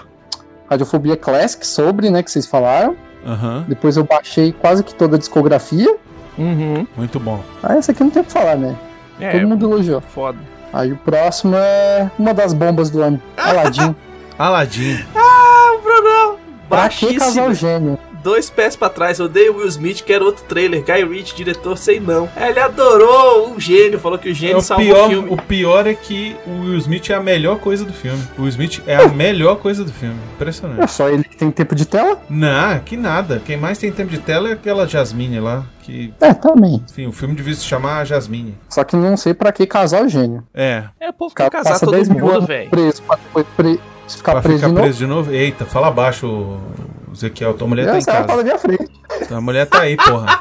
Speaker 5: Radiofobia Classic sobre, né, que vocês falaram.
Speaker 7: Aham,
Speaker 5: Depois eu baixei quase que toda a discografia.
Speaker 2: Uhum.
Speaker 7: muito bom.
Speaker 5: Ah, essa aqui não tem o que falar, né?
Speaker 2: É,
Speaker 5: Todo mundo elogiou.
Speaker 2: foda.
Speaker 5: Aí o próximo é uma das bombas do ano,
Speaker 2: Ah,
Speaker 5: Aladdin.
Speaker 1: Aladdin.
Speaker 5: pra que casar
Speaker 2: Baixíssimo.
Speaker 5: o gênio?
Speaker 2: Dois pés pra trás, odeio Will Smith, quero outro trailer. Guy Ritchie, diretor, sei não. Ele adorou o gênio, falou que o
Speaker 1: É,
Speaker 2: gênio
Speaker 1: o,
Speaker 2: salvou
Speaker 1: pior,
Speaker 2: o filme.
Speaker 1: o pior é que o Will Smith é a melhor coisa do filme. O Will Smith é a melhor coisa do filme.
Speaker 5: É
Speaker 1: Impressionante.
Speaker 5: só ele que tem tempo de tela?
Speaker 1: Não, que nada. Quem mais tem tempo de tela é aquela Jasmine lá. Que,
Speaker 5: É, também.
Speaker 1: enfim, o filme devia se chamar Jasmine.
Speaker 5: Só que não sei pra que casar o gênio.
Speaker 1: É,
Speaker 2: É, o povo
Speaker 5: Ca-
Speaker 2: quer casar
Speaker 5: passa
Speaker 2: todo
Speaker 5: 10 mil
Speaker 2: mundo,
Speaker 5: anos
Speaker 2: velho.
Speaker 5: preso pra depois pre- se ficar
Speaker 1: pra
Speaker 5: preso
Speaker 1: ficar
Speaker 5: de novo.
Speaker 1: preso de novo. Eita, fala baixo, o Ezequiel. Tua mulher tá em
Speaker 5: Essa ela tá
Speaker 1: casa.
Speaker 5: na minha frente.
Speaker 1: Tua mulher tá aí, porra.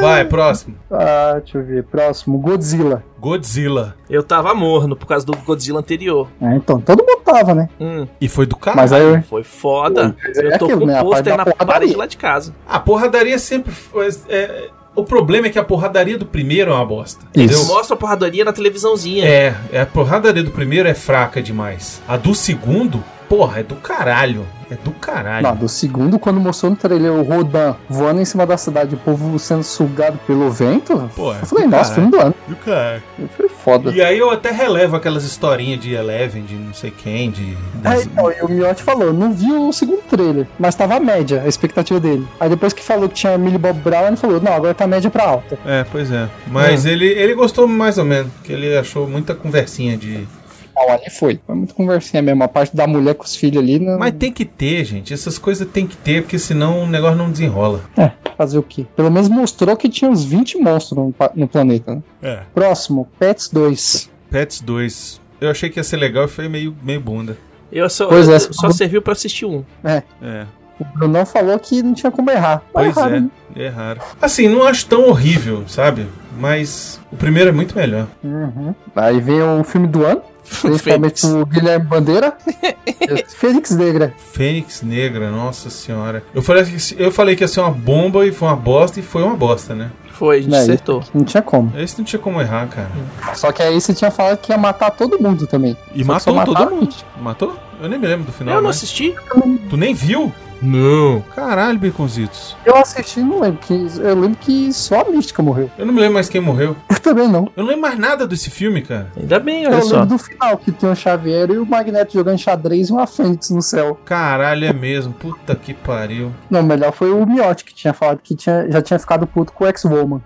Speaker 1: Vai, próximo.
Speaker 5: Ah, deixa eu ver. Próximo, Godzilla.
Speaker 1: Godzilla.
Speaker 2: Eu tava morno por causa do Godzilla anterior.
Speaker 5: É, então, todo mundo tava, né?
Speaker 2: Hum,
Speaker 1: E foi do cara.
Speaker 5: Mas aí eu...
Speaker 2: foi foda.
Speaker 5: é
Speaker 2: Eu tô
Speaker 5: aquilo,
Speaker 2: com
Speaker 5: né?
Speaker 2: o
Speaker 5: A parte
Speaker 2: pôster
Speaker 5: da
Speaker 2: na
Speaker 5: porradaria.
Speaker 2: parede lá de casa.
Speaker 1: A porradaria sempre. foi- é, o problema é que a porradaria do primeiro é uma bosta.
Speaker 5: Isso.
Speaker 1: Entendeu?
Speaker 2: Mostra a porradaria na televisãozinha.
Speaker 1: É, é, a porradaria do primeiro é fraca demais. A do segundo, porra, é do caralho. É do caralho.
Speaker 5: Não, do segundo, quando mostrou no trailer o Rodan voando em cima da cidade, o povo sendo sugado pelo vento,
Speaker 1: Pô, é
Speaker 5: eu falei,
Speaker 1: do
Speaker 5: nossa,
Speaker 1: caralho.
Speaker 5: né?" filme do ano.
Speaker 1: Do caralho.
Speaker 5: Foi foda.
Speaker 1: E aí eu até relevo aquelas historinhas de Eleven, de não sei quem, de.
Speaker 5: É,
Speaker 1: das-
Speaker 5: então, e o Miotti falou, não viu o segundo trailer, mas tava a média, a expectativa dele. Aí depois que falou que tinha Millie Bob Brown, ele falou, não, agora tá a média pra alta.
Speaker 1: É, pois é. Mas ele, ele gostou mais ou menos, porque ele achou muita conversinha de.
Speaker 5: Não, ali foi. Foi muito conversinha mesmo, a parte da mulher com os filhos ali, né? não
Speaker 1: Mas tem que ter, gente. Essas coisas tem que ter, porque senão o negócio não desenrola.
Speaker 5: fazer o quê? Pelo menos mostrou que tinha uns 20 monstros no, pa- no planeta, né?
Speaker 1: É.
Speaker 5: Próximo, Pets 2.
Speaker 1: Pets 2. Eu achei que ia ser legal e foi meio, meio bunda.
Speaker 2: Eu só,
Speaker 5: Pois é.
Speaker 2: eu- só serviu pra assistir um.
Speaker 1: É.
Speaker 5: O Brunão falou que não tinha como errar. Mas
Speaker 1: Pois
Speaker 5: erraram, né?
Speaker 1: é, erraram. Assim, não acho tão horrível, sabe? Mas o primeiro é muito melhor.
Speaker 5: Uhum. Aí vem o filme do ano, principalmente
Speaker 2: Fênix.
Speaker 5: o Guilherme Bandeira. Fênix Negra.
Speaker 1: Fênix Negra, nossa senhora. Eu falei, que- eu falei que ia ser uma bomba e foi uma bosta e foi uma bosta, né?
Speaker 2: Foi, a gente
Speaker 5: Não, é
Speaker 2: acertou.
Speaker 5: Não tinha como.
Speaker 1: Esse não tinha como errar, cara.
Speaker 5: Só que aí você tinha falado que ia matar todo mundo também.
Speaker 1: E
Speaker 5: Hum. Só que só
Speaker 1: matou todo
Speaker 5: mataram
Speaker 1: mundo. Matou? Eu nem me lembro do final.
Speaker 2: eu não
Speaker 1: né?
Speaker 2: assisti.
Speaker 1: Tu nem viu? Não. Caralho, Baconzitos.
Speaker 5: Eu assisti não lembro. Que, eu lembro que só a Mística morreu.
Speaker 1: Eu não me lembro mais quem morreu.
Speaker 5: Eu também não.
Speaker 1: Eu não lembro mais nada desse filme, cara.
Speaker 2: Ainda bem,
Speaker 5: eu
Speaker 2: olha só.
Speaker 5: lembro do final, que tem o Xavier e o Magneto jogando xadrez e uma Fênix no céu.
Speaker 1: Caralho, é mesmo. Puta que pariu.
Speaker 5: Não, melhor foi o Miotti, que tinha falado que tinha, já tinha ficado puto com o X-Woman.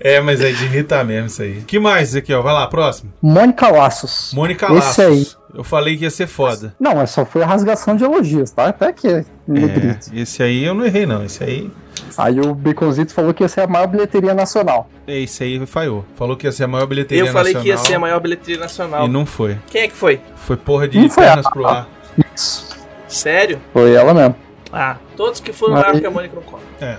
Speaker 1: é, mas é de irritar mesmo isso aí. que mais, Ezequiel? Vai lá, próximo.
Speaker 5: Mônica Laços.
Speaker 1: Mônica
Speaker 5: Esse
Speaker 1: Laços.
Speaker 5: aí.
Speaker 1: Eu falei que ia ser foda.
Speaker 5: Não, é só foi a rasgação de elogios, tá? Até que negrito.
Speaker 1: É, esse aí eu não errei, não. Esse aí.
Speaker 5: Aí o Baconzito falou que ia ser a maior bilheteria nacional.
Speaker 1: Esse aí falhou. Falou que ia ser a maior bilheteria
Speaker 2: Eu falei
Speaker 1: nacional.
Speaker 2: que ia ser a maior bilheteria nacional.
Speaker 1: E não foi.
Speaker 2: Quem é que foi?
Speaker 1: Foi porra de
Speaker 5: Não foi
Speaker 1: pernas pro ar.
Speaker 5: Isso.
Speaker 2: Sério?
Speaker 5: Foi ela mesmo.
Speaker 2: Ah, todos que foram
Speaker 5: Mas-
Speaker 2: na Arca Mônica no colo.
Speaker 5: É,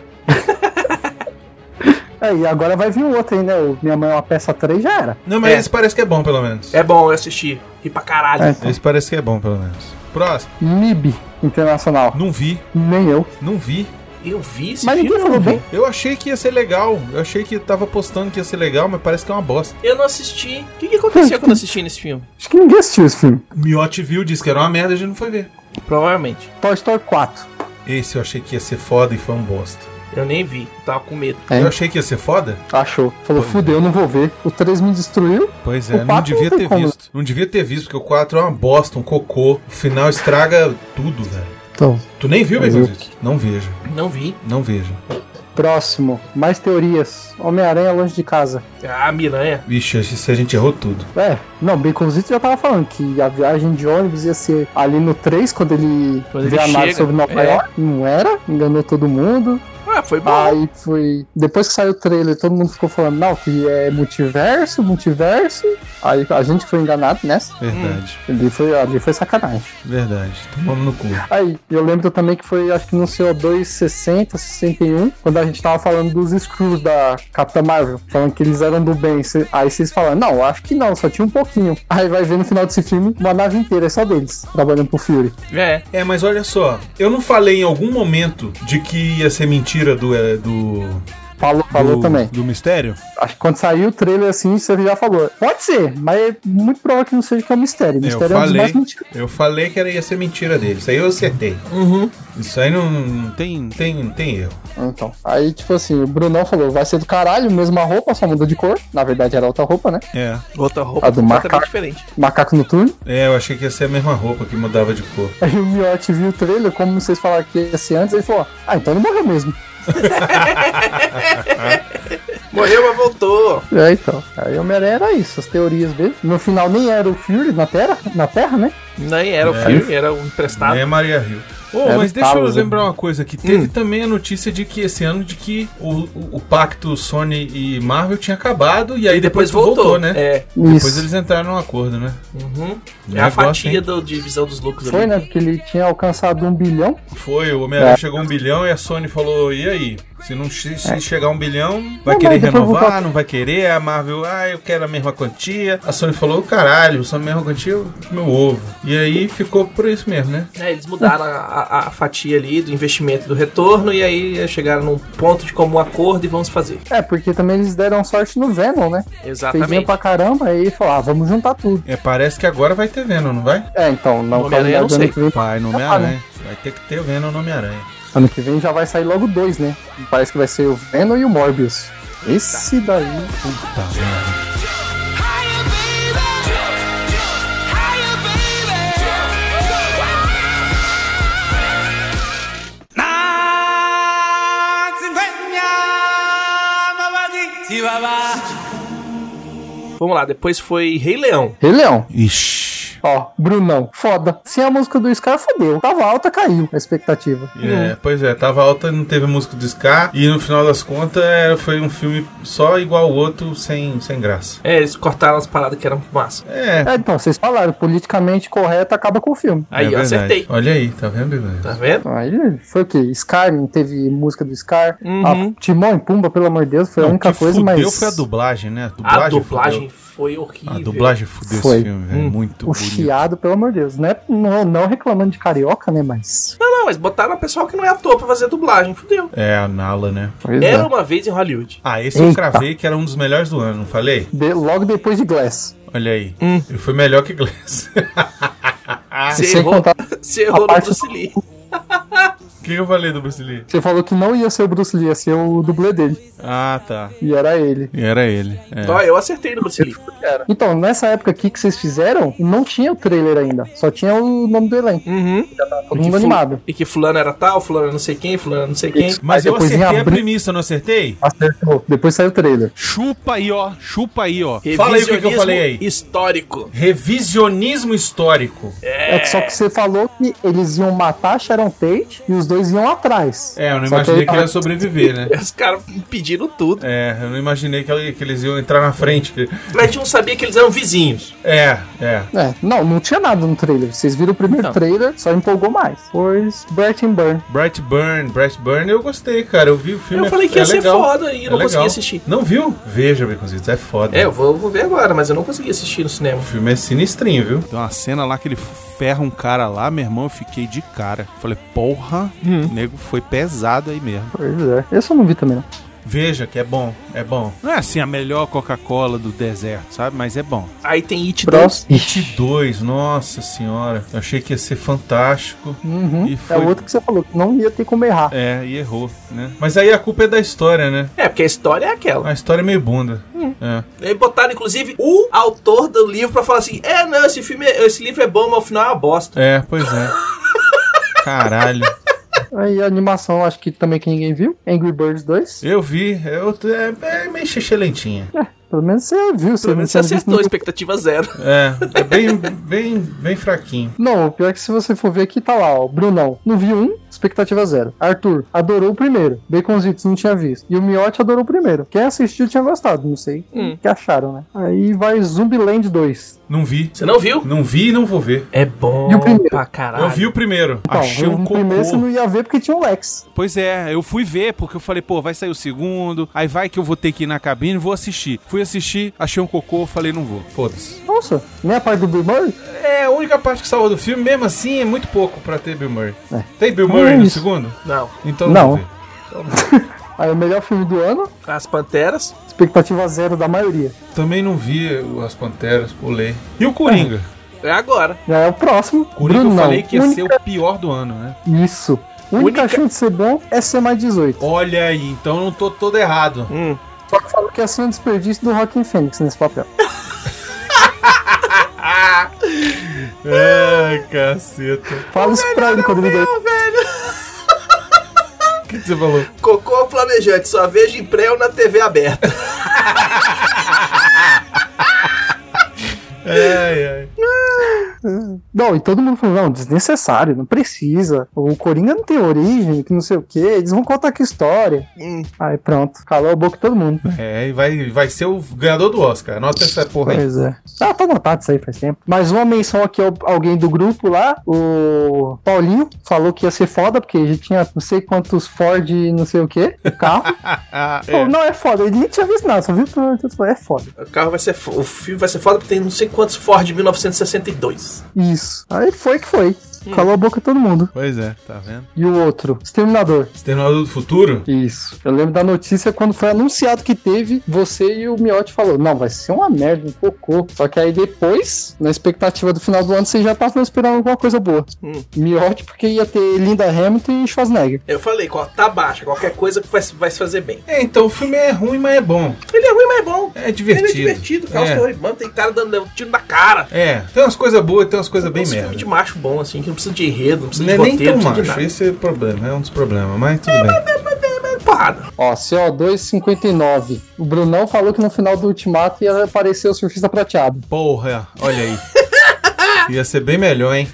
Speaker 5: e agora vai vir o outro ainda. O Minha Mãe é uma Peça 3 já era.
Speaker 1: Não, mas
Speaker 2: É.
Speaker 1: esse parece que é bom, pelo menos.
Speaker 2: É bom eu assistir. E pra caralho.
Speaker 5: É, então.
Speaker 1: Esse parece que é bom, pelo menos. Próximo.
Speaker 5: MIB Internacional.
Speaker 1: Não vi,
Speaker 5: Nem eu.
Speaker 1: não vi.
Speaker 2: Eu vi esse
Speaker 5: Mas
Speaker 2: filme.
Speaker 5: ninguém falou
Speaker 2: eu não vi.
Speaker 5: bem.
Speaker 1: Eu achei que ia ser legal. Eu achei que tava postando que ia ser legal, mas parece que é uma bosta.
Speaker 2: Eu não assisti. O que, que acontecia quando eu assisti nesse filme?
Speaker 5: Acho que ninguém assistiu esse filme.
Speaker 1: Miotti viu, disse que era uma merda, a gente não foi ver.
Speaker 2: Provavelmente.
Speaker 5: Toy Story 4.
Speaker 1: Esse eu achei que ia ser foda e foi um bosta.
Speaker 2: Eu nem vi. Eu Tava com medo.
Speaker 5: É.
Speaker 1: Eu achei que ia ser foda?
Speaker 5: Achou. Falou,
Speaker 1: Pois
Speaker 5: fudeu, não vou ver. O 3 me destruiu.
Speaker 1: Pois
Speaker 5: O
Speaker 1: é, não
Speaker 5: quatro
Speaker 1: devia
Speaker 5: não tem
Speaker 1: ter
Speaker 5: como.
Speaker 1: visto. Não devia ter visto, porque o 4 é uma bosta, um cocô. O final estraga tudo, velho.
Speaker 5: Então,
Speaker 1: Tu nem viu,
Speaker 5: Mas
Speaker 1: Bebiz?
Speaker 5: eu-
Speaker 1: Não veja,
Speaker 2: Não vi.
Speaker 1: não veja.
Speaker 5: próximo. Mais teorias. Homem-Aranha longe de casa.
Speaker 2: Ah, Miranha.
Speaker 1: Vixe, se a gente errou tudo.
Speaker 5: É, não, Baconzito já tava falando que a viagem de ônibus ia ser ali no 3, quando ele
Speaker 2: Quando
Speaker 5: vê
Speaker 2: ele
Speaker 5: a nave
Speaker 2: chega,
Speaker 5: sobre Nova
Speaker 2: é.
Speaker 5: York. Não era, enganou todo mundo.
Speaker 2: Ah, foi bom.
Speaker 5: Aí foi. Depois que saiu o trailer, todo mundo ficou falando, não, que é multiverso, multiverso. Aí a gente foi enganado nessa.
Speaker 1: Verdade,
Speaker 5: Ali foi, ali foi sacanagem.
Speaker 1: verdade. Tomamos no cu.
Speaker 5: Aí, eu lembro também que foi, acho que no CO2 60, 61, quando a gente tava falando dos Screws da Capitã Marvel, falando que eles eram do bem. Cê- Aí vocês falaram, não, acho que não, só tinha um pouquinho. Aí vai ver no final desse filme uma nave inteira, é só deles, trabalhando pro Fury.
Speaker 2: É.
Speaker 1: É, mas olha só, eu não falei em algum momento de que ia ser mentira do. é, do
Speaker 5: Falou, falou
Speaker 1: do-
Speaker 5: também.
Speaker 1: Do mistério?
Speaker 5: Acho que quando saiu o trailer assim, você já falou. Pode ser, mas é muito provável que não seja que é um mistério.
Speaker 1: Eu
Speaker 5: Mistério é um dos
Speaker 1: falei.
Speaker 5: mais mentirosos.
Speaker 1: Eu falei que era, ia ser mentira dele. Isso aí eu acertei.
Speaker 2: Uhum.
Speaker 1: Isso aí não, não
Speaker 8: Tem.
Speaker 1: tem, não tem erro.
Speaker 5: Então. Aí, tipo assim, o Brunão falou, vai ser do caralho, mesma roupa, só mudou de cor. Na verdade era outra roupa, né?
Speaker 1: É.
Speaker 2: Outra roupa
Speaker 5: A do macaco.
Speaker 2: diferente.
Speaker 5: Macaco noturno.
Speaker 1: É, eu achei que ia ser a mesma roupa que mudava de cor.
Speaker 5: Aí o Miotti viu o trailer, como vocês falaram que ia ser antes, ele falou, ah, então não morreu mesmo.
Speaker 2: Morreu, mas voltou.
Speaker 5: É, então. Aí o Homem-Aranha era isso, as teorias dele. No final nem era o Fury na Terra, na terra né?
Speaker 2: Nem era o filme, era o emprestado.
Speaker 1: É Maria Rio.
Speaker 5: Era
Speaker 1: mas
Speaker 5: o
Speaker 1: deixa eu
Speaker 5: Talos, né?
Speaker 1: lembrar uma coisa aqui. Teve também a notícia de que esse ano de que o, o- o pacto Sony e Marvel tinha acabado e aí depois, voltou, né?
Speaker 2: É.
Speaker 1: Depois
Speaker 5: Isso.
Speaker 1: eles entraram num acordo, né?
Speaker 2: Uhum. É a
Speaker 1: Negócio,
Speaker 2: fatia
Speaker 1: hein?
Speaker 2: da divisão dos lucros
Speaker 5: Foi,
Speaker 2: ali.
Speaker 5: né? Porque ele tinha alcançado um bilhão.
Speaker 1: Foi, o Homem-Aranha
Speaker 5: É.
Speaker 1: chegou a um bilhão e a Sony falou: e aí? Se não che- se chegar a um bilhão, vai
Speaker 5: É. mas
Speaker 1: querer
Speaker 5: depois eu vou
Speaker 1: renovar,
Speaker 5: botar-
Speaker 1: não vai querer. A Marvel, ah, eu quero a mesma quantia. A Sony falou: caralho, só a mesma quantia, eu- meu ovo. E aí ficou por isso mesmo, né?
Speaker 2: É, eles mudaram a, a- a fatia ali do investimento e do retorno e aí chegaram num ponto de comum acordo e vamos fazer.
Speaker 5: É, porque também eles deram sorte no Venom, né? Fez dinheiro
Speaker 2: Exatamente.
Speaker 5: pra caramba, aí ele falou, ah, vamos juntar tudo.
Speaker 1: É, parece que agora vai ter Venom, não vai?
Speaker 5: É, então, na
Speaker 2: Homem-Aranha eu não
Speaker 5: oportunidade do
Speaker 2: sei.
Speaker 5: ano que vem.
Speaker 1: Vai no
Speaker 5: Homem-Aranha.
Speaker 1: Homem-Aranha. né? Vai ter que ter o Venom no Homem-Aranha.
Speaker 5: Ano que vem já vai sair logo dois, né? Parece que vai ser o Venom e o Morbius. Esse daí.
Speaker 1: Tá vendo?
Speaker 2: Vamos lá, depois foi Rei Leão.
Speaker 5: Rei Leão.
Speaker 8: Ixi.
Speaker 5: Ó, Brunão. Foda. Sem a música do Scar, fodeu. Tava alta, caiu a expectativa.
Speaker 1: É, pois é, tava alta, não teve música do Scar. E no final das contas, é, foi um filme só igual o outro, sem, sem graça.
Speaker 2: É, eles cortaram as paradas que eram massa.
Speaker 1: É,
Speaker 5: É, então, vocês falaram, politicamente correto acaba com o filme. Então,
Speaker 2: Aí
Speaker 1: é
Speaker 2: eu
Speaker 1: verdade.
Speaker 2: acertei.
Speaker 1: Olha aí, tá vendo, Bibi?
Speaker 2: Tá vendo?
Speaker 5: Aí foi o quê? Scar, não teve música do Scar.
Speaker 2: Uhum.
Speaker 5: Ah, Timão e Pumba, pelo amor de Deus, foi a
Speaker 1: Não,
Speaker 5: única
Speaker 1: o que
Speaker 5: coisa,
Speaker 1: fudeu
Speaker 5: mas.
Speaker 1: foi a dublagem, né? A dublagem,
Speaker 2: A dublagem
Speaker 1: fudeu.
Speaker 2: foi horrível.
Speaker 1: A dublagem fudeu
Speaker 5: Foi. um
Speaker 1: esse filme, velho.
Speaker 2: Hum.
Speaker 1: Muito
Speaker 5: O
Speaker 1: bonito.
Speaker 5: chiado, pelo amor de Deus. Não, é- não, não reclamando de carioca, né? Mas.
Speaker 2: Não, não, mas botaram a pessoa que não é ator pra fazer dublagem. Fudeu.
Speaker 1: É, a Nala, né?
Speaker 5: Pois
Speaker 2: Era
Speaker 5: é.
Speaker 2: uma vez em Hollywood.
Speaker 1: Ah, esse eu
Speaker 5: Eita.
Speaker 1: cravei que era um dos melhores do ano, não falei?
Speaker 5: De- logo depois de Glass.
Speaker 1: Olha aí.
Speaker 2: Hum.
Speaker 1: Ele foi melhor que Glass.
Speaker 2: Você
Speaker 5: sem
Speaker 2: errou,
Speaker 5: contar-
Speaker 2: você errou
Speaker 5: a
Speaker 2: no
Speaker 5: parte-
Speaker 2: Bruce Lee.
Speaker 1: O que eu falei do Bruce Lee?
Speaker 5: Você falou que não ia ser o Bruce Lee, ia ser o dublê dele.
Speaker 1: Ah, tá.
Speaker 5: E era ele.
Speaker 1: E era ele. É.
Speaker 2: Ó, eu acertei no Bruce Lee.
Speaker 5: Então, nessa época aqui que vocês fizeram, não tinha o trailer ainda. Só tinha o nome do elenco.
Speaker 2: Uhum.
Speaker 5: Todo mundo animado.
Speaker 2: E que fulano era tal, fulano era não sei quem, fulano era não sei quem.
Speaker 5: Isso.
Speaker 1: Mas
Speaker 5: Aí
Speaker 1: eu
Speaker 5: depois em
Speaker 1: acertei a
Speaker 5: abril-
Speaker 1: premissa, não acertei?
Speaker 5: Acertou. Depois saiu o trailer.
Speaker 8: Chupa aí, ó. Chupa aí, ó.
Speaker 1: Fala aí o que que eu
Speaker 2: Revisionismo
Speaker 1: falei aí.
Speaker 2: Histórico.
Speaker 1: Revisionismo histórico. É,
Speaker 5: É. que só que você falou que eles iam matar a Sharon Tate e os dois iam atrás.
Speaker 1: É, eu não
Speaker 5: Só tá-
Speaker 1: imaginei que
Speaker 5: aí-
Speaker 1: ele ia sobreviver, né?
Speaker 2: Os caras
Speaker 9: explodindo tudo.
Speaker 1: É, eu não imaginei que, ele- que eles iam entrar na frente. que-
Speaker 2: Mas a gente não sabia que eles eram vizinhos.
Speaker 1: É, é.
Speaker 5: É, não, não tinha nada no trailer. Vocês viram o primeiro
Speaker 9: Não.
Speaker 5: trailer, só empolgou mais. Pois Bert and Burn.
Speaker 1: Bright Burn, Bright Burn, eu gostei, cara. Eu vi o filme. é
Speaker 2: Eu falei que ia ser foda e
Speaker 1: eu
Speaker 2: não consegui assistir.
Speaker 1: Não viu? Veja, Baconzitos, é foda.
Speaker 2: É, eu vou, vou ver agora, mas eu não consegui assistir no cinema.
Speaker 1: O filme é sinistrinho, viu?
Speaker 10: Tem uma cena lá que ele ferra um cara lá, meu irmão, eu fiquei de cara. Falei, porra,
Speaker 2: Hum.
Speaker 10: o nego foi pesado aí mesmo.
Speaker 5: Pois é. Esse eu não vi também, não.
Speaker 1: Veja que é bom, é bom.
Speaker 10: Não é assim a melhor Coca-Cola do deserto, sabe? Mas é bom.
Speaker 9: Aí tem It
Speaker 5: Próximo.
Speaker 1: It 2, nossa senhora. Eu achei que ia ser fantástico.
Speaker 5: Uhum.
Speaker 1: E
Speaker 5: É
Speaker 1: foi.
Speaker 5: o outro que você falou, que não ia ter como errar.
Speaker 1: É, e errou, né? Mas aí a culpa é da história, né?
Speaker 2: É, porque a história é aquela.
Speaker 1: A história é meio bunda.
Speaker 5: Hum.
Speaker 1: É.
Speaker 2: E botaram, inclusive, o autor do livro pra falar assim: é, não, esse filme, é- esse livro é bom, mas o final é uma bosta.
Speaker 1: É, pois é. Caralho. É.
Speaker 5: Aí a animação, acho que também que ninguém viu. Angry Birds 2.
Speaker 1: Eu vi. Eu, é, é meio xixelentinha.
Speaker 5: Pelo menos você viu. Você
Speaker 9: Pelo
Speaker 5: não
Speaker 9: menos você
Speaker 5: tinha visto
Speaker 9: acertou,
Speaker 5: ninguém.
Speaker 9: expectativa zero.
Speaker 1: É, é bem, bem, bem fraquinho.
Speaker 5: Não, o pior é que se você for ver aqui, tá lá, ó. Brunão, não viu um, expectativa zero. Arthur, adorou o primeiro. Baconzitos, não tinha visto. E o Miotti adorou o primeiro. Quem assistiu tinha gostado, não sei o que acharam, né? Aí vai Zumbiland 2.
Speaker 1: Não vi.
Speaker 2: Você não viu?
Speaker 1: Não vi e não vou ver.
Speaker 2: É bom
Speaker 5: E o primeiro?
Speaker 2: pra caralho.
Speaker 1: Eu vi o primeiro.
Speaker 5: Então,
Speaker 1: Achei
Speaker 5: o
Speaker 1: um cocô.
Speaker 5: primeiro você não ia ver porque tinha o Lex.
Speaker 10: Pois é, eu fui ver, porque eu falei, pô, vai sair o segundo, aí vai que eu vou ter que ir na cabine, vou assistir. Fui assistir, achei um cocô, falei, não vou.
Speaker 1: Foda-se.
Speaker 5: Nossa, nem a parte do Bill Murray?
Speaker 1: É, a única parte que salva do filme, mesmo assim, é muito pouco pra ter Bill Murray.
Speaker 5: É.
Speaker 1: Tem Bill Murray no
Speaker 5: isso.
Speaker 1: segundo?
Speaker 2: Não.
Speaker 1: Então
Speaker 5: Não.
Speaker 1: vou ver.
Speaker 5: Aí o melhor filme do ano,
Speaker 2: As Panteras.
Speaker 5: expectativa zero da maioria.
Speaker 1: Também não vi o as Panteras, pulei. E o Coringa?
Speaker 2: É agora.
Speaker 5: Já é o próximo.
Speaker 1: Coringa eu
Speaker 5: Brunão,
Speaker 1: falei que ia
Speaker 5: única...
Speaker 1: ser o pior do ano, né?
Speaker 5: Isso. Única,
Speaker 2: Única-
Speaker 5: chance de ser bom é ser mais 18.
Speaker 1: Olha aí, então eu não tô todo errado.
Speaker 5: Só que falou que ia ser um desperdício do Rockin' Fênix nesse papel.
Speaker 1: Ai, caceta.
Speaker 5: Fala isso pra ele quando ele ganhou.
Speaker 1: O que, que você falou?
Speaker 2: Cocô Planejante, só vejo em pré ou na TV aberta.
Speaker 1: Ai, ai.
Speaker 5: Não, e todo mundo falou, não, desnecessário, não precisa. O Coringa não tem origem, que não sei o quê, eles vão contar que história. Aí pronto, calou a boca de todo mundo.
Speaker 1: É, e vai, vai ser o ganhador do Oscar. Anota essa porra aí.
Speaker 5: Pois é. Ah, tá notado isso aí faz tempo. Mais uma menção aqui ao alguém do grupo lá, o Paulinho, falou que ia ser foda, porque já tinha não sei quantos Ford e não sei o quê, carro. Falou, não, é foda, ele nem tinha visto nada, só viu o primeiro trailer e falou, é foda.
Speaker 2: O carro vai ser. fo- O filme vai ser foda porque tem não sei quantos Ford de 1962.
Speaker 5: Isso. Aí foi que foi. Calou a boca de todo mundo.
Speaker 1: Pois é, tá vendo?
Speaker 5: E o outro, Exterminador.
Speaker 1: Exterminador do Futuro?
Speaker 5: Isso. Eu lembro da notícia quando foi anunciado que teve, você e o Miotti falou, não, vai ser uma merda, um cocô. Só que aí depois, na expectativa do final do ano, você já tava esperando alguma coisa boa.
Speaker 2: Hum.
Speaker 5: Miotti porque ia ter Linda Hamilton e Schwarzenegger.
Speaker 2: Eu falei, ó, tá baixa, qualquer coisa que vai, se- vai se fazer bem.
Speaker 1: É, então o filme é ruim, mas é bom.
Speaker 2: Ele é ruim, mas é bom.
Speaker 1: É divertido.
Speaker 2: Ele é divertido, o Carlos
Speaker 1: É.
Speaker 2: Toribano tem cara dando tiro na cara.
Speaker 1: É, tem umas coisas boas e tem umas coisas bem
Speaker 2: Uns filmes
Speaker 1: merda.
Speaker 2: de macho bom, assim, que não precisa de enredo, não precisa
Speaker 1: Não é
Speaker 2: de
Speaker 1: nem
Speaker 2: roteiro,
Speaker 1: tão
Speaker 2: não precisa de
Speaker 1: macho,
Speaker 2: nada.
Speaker 1: esse é o problema, é um dos problemas, mas tudo bem.
Speaker 2: É porrada.
Speaker 5: Ó, CO2,59. O Brunão falou que no final do Ultimato ia aparecer o surfista prateado.
Speaker 1: Porra, olha aí. Ia ser bem melhor, hein?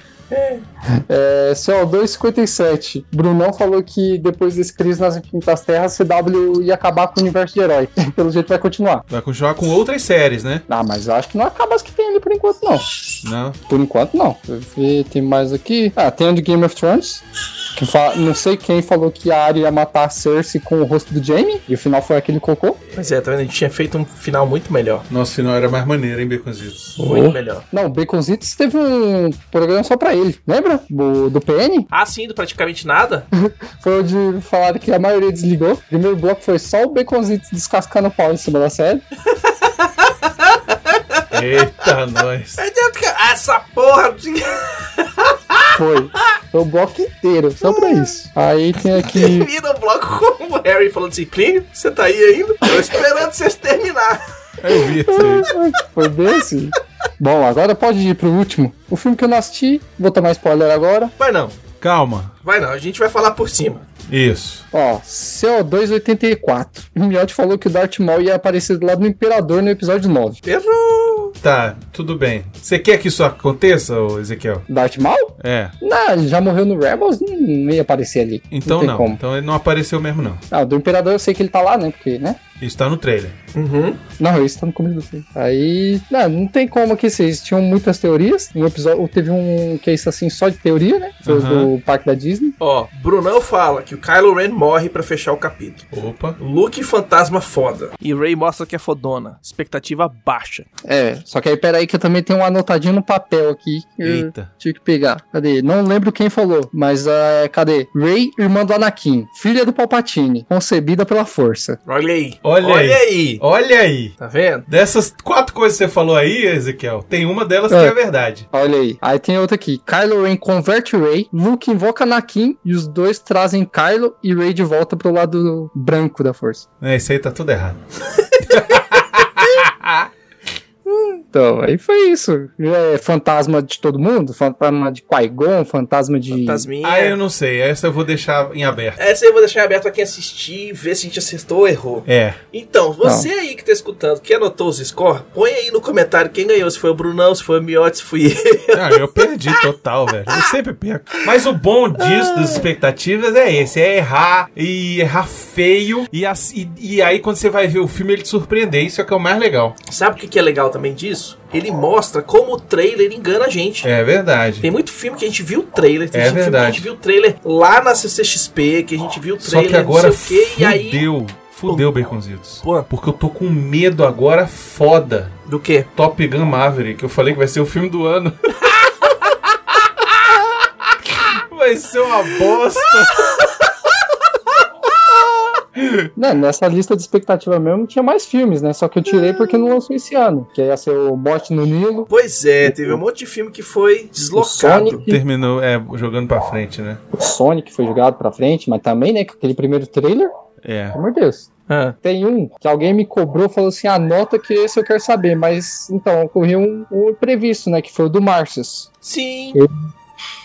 Speaker 5: É, CO2,57. Brunão falou que depois desse crise nas infinitas terras, CW ia acabar com o universo de herói. Pelo jeito vai continuar.
Speaker 1: Vai continuar com outras séries, né?
Speaker 5: Ah, mas eu acho que não acaba as que tem ali por enquanto, não.
Speaker 1: Não.
Speaker 5: Por enquanto, não. Deixa eu ver, tem mais aqui. Ah, tem o de Game of Thrones. Que fala, não sei quem falou que a Arya ia matar a Cersei com o rosto do Jaime. E o final foi aquele cocô.
Speaker 2: Pois é, tá vendo? A gente tinha feito um final muito melhor.
Speaker 1: Nosso final era mais maneiro, hein, Baconzitos?
Speaker 2: Muito melhor.
Speaker 5: Não, o Baconzitos teve um programa só pra ele. Lembra? Do, do PN?
Speaker 2: Ah, sim, do praticamente nada?
Speaker 5: Foi onde falaram que a maioria desligou. O primeiro bloco foi só o Baconzitos descascando o pau em cima da série.
Speaker 1: Eita, nós.
Speaker 2: Meu Deus, cara, É, Essa porra! Vira
Speaker 5: Foi. Foi o bloco inteiro, só pra isso. Aí tem aqui.
Speaker 2: o um bloco com o Harry falando assim: Clínio, você tá aí ainda? Tô esperando vocês terminar.
Speaker 1: Eu vi isso aí.
Speaker 5: Foi desse? Bom, agora pode ir pro último. O filme que eu não assisti, vou tomar spoiler agora.
Speaker 2: Vai não,
Speaker 1: Calma.
Speaker 2: vai não, a gente vai falar por cima.
Speaker 1: Isso.
Speaker 5: Ó, CO284. O Miotti falou que o Darth Maul ia aparecer do lado do Imperador no episódio 9.
Speaker 2: Errou!
Speaker 1: Tá, tudo bem. Você quer que isso aconteça, ô Ezequiel?
Speaker 5: Darth Maul?
Speaker 1: É.
Speaker 5: Não, ele já morreu no Rebels, não- não ia aparecer ali.
Speaker 1: Então
Speaker 5: tem
Speaker 1: não.
Speaker 5: como.
Speaker 1: Então ele não apareceu mesmo, não.
Speaker 5: Ah, do Imperador eu sei que ele tá lá, né? Porque, né?
Speaker 1: Isso tá no trailer.
Speaker 2: Uhum.
Speaker 5: Não, isso tá no começo do filme. Aí, não, não tem como que vocês tinham muitas teorias. Um episódio, teve um case assim só de teoria, né? Foi o
Speaker 1: Aham.
Speaker 5: Do parque da Disney.
Speaker 2: Ó, Brunão fala que o Kylo Ren morre pra fechar o capítulo.
Speaker 1: Opa.
Speaker 2: Luke fantasma foda.
Speaker 11: E Ray mostra que é fodona. Expectativa baixa.
Speaker 5: É, só que aí peraí que eu também tenho um anotadinho no papel aqui. que eu
Speaker 1: Eita.
Speaker 5: Tinha que pegar. Cadê? Não lembro quem falou, mas é, cadê? Rey, irmã do Anakin, filha do Palpatine, concebida pela força.
Speaker 2: Olha aí.
Speaker 1: Olha
Speaker 2: aí.
Speaker 1: Olha aí.
Speaker 2: Tá vendo?
Speaker 1: Dessas quatro coisas que você falou aí, Ezequiel, tem uma delas
Speaker 5: É.
Speaker 1: que é verdade.
Speaker 5: Olha aí. Aí tem outra aqui. Kylo Ren converte Rey, Luke invoca Anakin e os dois trazem Kylo e Rey de volta pro lado branco da força.
Speaker 1: É, isso aí tá tudo errado.
Speaker 5: Então, aí foi isso. É, fantasma de todo mundo, fantasma de Qui-Gon, fantasma de...
Speaker 2: Fantasminha.
Speaker 1: Ah, eu não sei. Essa eu vou deixar em aberto.
Speaker 2: Essa eu vou deixar aberto pra quem assistir e ver se a gente acertou ou errou.
Speaker 1: É.
Speaker 2: Então, você aí que tá escutando, que anotou os scores, põe aí no comentário quem ganhou, se foi o Brunão, se foi o Miotti, se fui eu.
Speaker 1: Ah, eu perdi total, velho. Eu sempre perco. Mas o bom disso, das expectativas, é esse: é errar e errar feio. E, as- e- e aí, quando você vai ver o filme, ele te surpreender. Isso é o que é o mais legal.
Speaker 2: Sabe o que que é legal também disso? Ele mostra como o trailer engana a gente.
Speaker 1: É verdade.
Speaker 2: Tem muito filme que a gente viu o trailer, tem
Speaker 1: É
Speaker 2: filme que a
Speaker 1: verdade.
Speaker 2: gente viu o trailer lá na CCXP, que a gente viu o
Speaker 1: Só
Speaker 2: um trailer,
Speaker 1: que agora
Speaker 2: não sei o quê, e aí.
Speaker 1: fudeu. Fudeu, Baconzitos.
Speaker 2: Pô.
Speaker 1: Porque eu tô com medo agora foda.
Speaker 2: Do quê?
Speaker 1: Top Gun Maverick, que eu falei que vai ser o filme do ano. Vai ser uma bosta.
Speaker 5: Não, Né, nessa lista de expectativa mesmo tinha mais filmes, né? Só que eu tirei porque não lançou esse ano. Que ia ser o Bote no Nilo,
Speaker 2: Pois é, teve um monte de filme que foi
Speaker 5: o
Speaker 2: deslocado.
Speaker 5: Sonic.
Speaker 1: Terminou, é, jogando pra frente, né?
Speaker 5: O Sonic foi jogado pra frente, mas também, né? com Aquele primeiro trailer,
Speaker 1: É.
Speaker 5: pelo amor de Deus. Tem um que alguém me cobrou, falou assim, anota que esse eu quero saber. Mas, então, ocorreu um, um imprevisto, né? Que foi o do Marcius.
Speaker 2: Sim.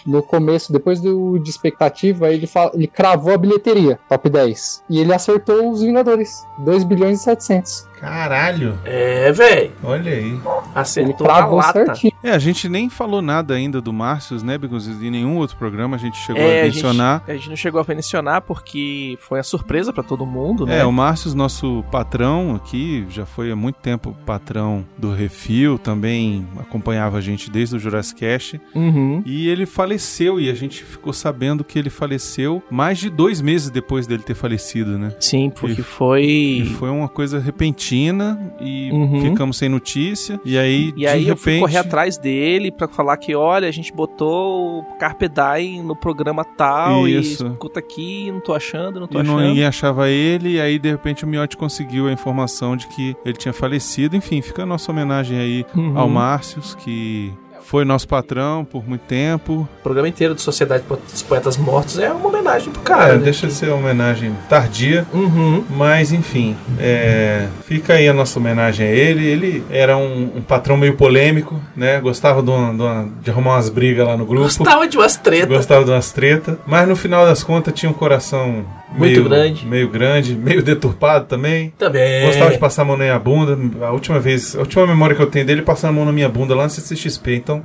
Speaker 5: No começo, depois do, de expectativa, ele, fala, ele cravou a bilheteria, top 10. E ele acertou os Vingadores, 2 bilhões e 700.
Speaker 1: Caralho.
Speaker 2: É, véi.
Speaker 1: Olha aí.
Speaker 5: Ele
Speaker 2: Acertou a
Speaker 5: cravou
Speaker 2: lata.
Speaker 5: certinho.
Speaker 12: É, a gente nem falou nada ainda do Márcios, né, Bicos? Em nenhum outro programa a gente chegou
Speaker 11: É,
Speaker 12: a
Speaker 11: a gente-
Speaker 12: mencionar.
Speaker 11: A gente não chegou a mencionar porque foi a surpresa pra todo mundo, né?
Speaker 12: É, o Márcios, nosso patrão aqui, já foi há muito tempo patrão do Refil, também acompanhava a gente desde o Jurassic Cast,
Speaker 11: Uhum.
Speaker 12: e ele faleceu, e a gente ficou sabendo que ele faleceu mais de dois meses depois dele ter falecido, né?
Speaker 11: Sim, porque
Speaker 12: E-
Speaker 11: foi.
Speaker 12: E foi uma coisa repentina, e
Speaker 11: Uhum.
Speaker 12: ficamos sem notícia, e aí,
Speaker 11: E
Speaker 12: de
Speaker 11: aí eu fui
Speaker 12: repente...
Speaker 11: correr atrás dele pra falar que, olha, a gente botou o Carpedine no programa tal
Speaker 12: Isso.
Speaker 11: e escuta aqui, não tô achando, não tô
Speaker 12: E
Speaker 11: achando.
Speaker 12: não- ninguém achava ele, e aí de repente o Miotti conseguiu a informação de que ele tinha falecido. Enfim, fica a nossa homenagem aí
Speaker 11: Uhum.
Speaker 12: ao Márcios, que foi nosso patrão por muito tempo.
Speaker 2: O programa inteiro de Sociedade dos Poetas Mortos é uma homenagem pro cara.
Speaker 1: Cara,
Speaker 2: né?
Speaker 1: deixa de ser uma homenagem tardia,
Speaker 2: Uhum.
Speaker 1: mas enfim, é, fica aí a nossa homenagem a ele. Ele era um, um patrão meio polêmico, né? Gostava de, uma- de uma- de arrumar umas brigas lá no grupo,
Speaker 2: Gostava de umas tretas.
Speaker 1: gostava de umas tretas, mas no final das contas tinha um coração
Speaker 2: Muito
Speaker 1: meio,
Speaker 2: grande.
Speaker 1: meio grande, meio deturpado também.
Speaker 2: Também. é.
Speaker 1: Gostava de passar a mão na minha bunda. A última vez, a última memória que eu tenho dele é passando a mão na minha bunda lá no CCXP, então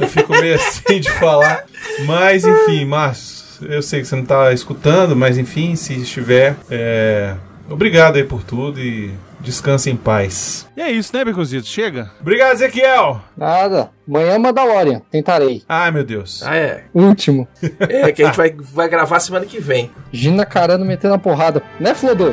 Speaker 1: eu fico meio assim de falar. Mas enfim, Márcio, eu sei que você não tá escutando, mas enfim, se estiver, é, obrigado aí por tudo e descanse em paz.
Speaker 12: E é isso, né, Beconzito? Chega?
Speaker 1: Obrigado, Ezequiel!
Speaker 5: Nada. Manhã Mandalorian, tentarei.
Speaker 1: Ai, meu Deus.
Speaker 2: Ah, é.
Speaker 5: Último.
Speaker 2: É, que a gente vai, vai gravar semana que vem.
Speaker 5: Gina Carano metendo a porrada. Né, Flodô?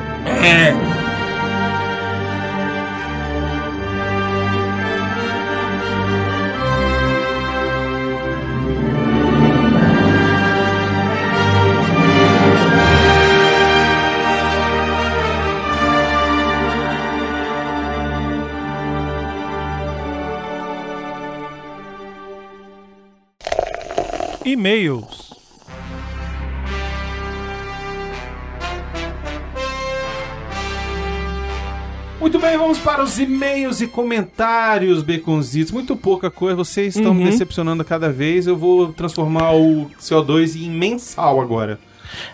Speaker 12: E-mails. Muito bem, vamos para os e-mails e comentários, Beconzitos. Muito pouca coisa, vocês estão me decepcionando cada vez. Eu vou transformar o CO2 em mensal agora.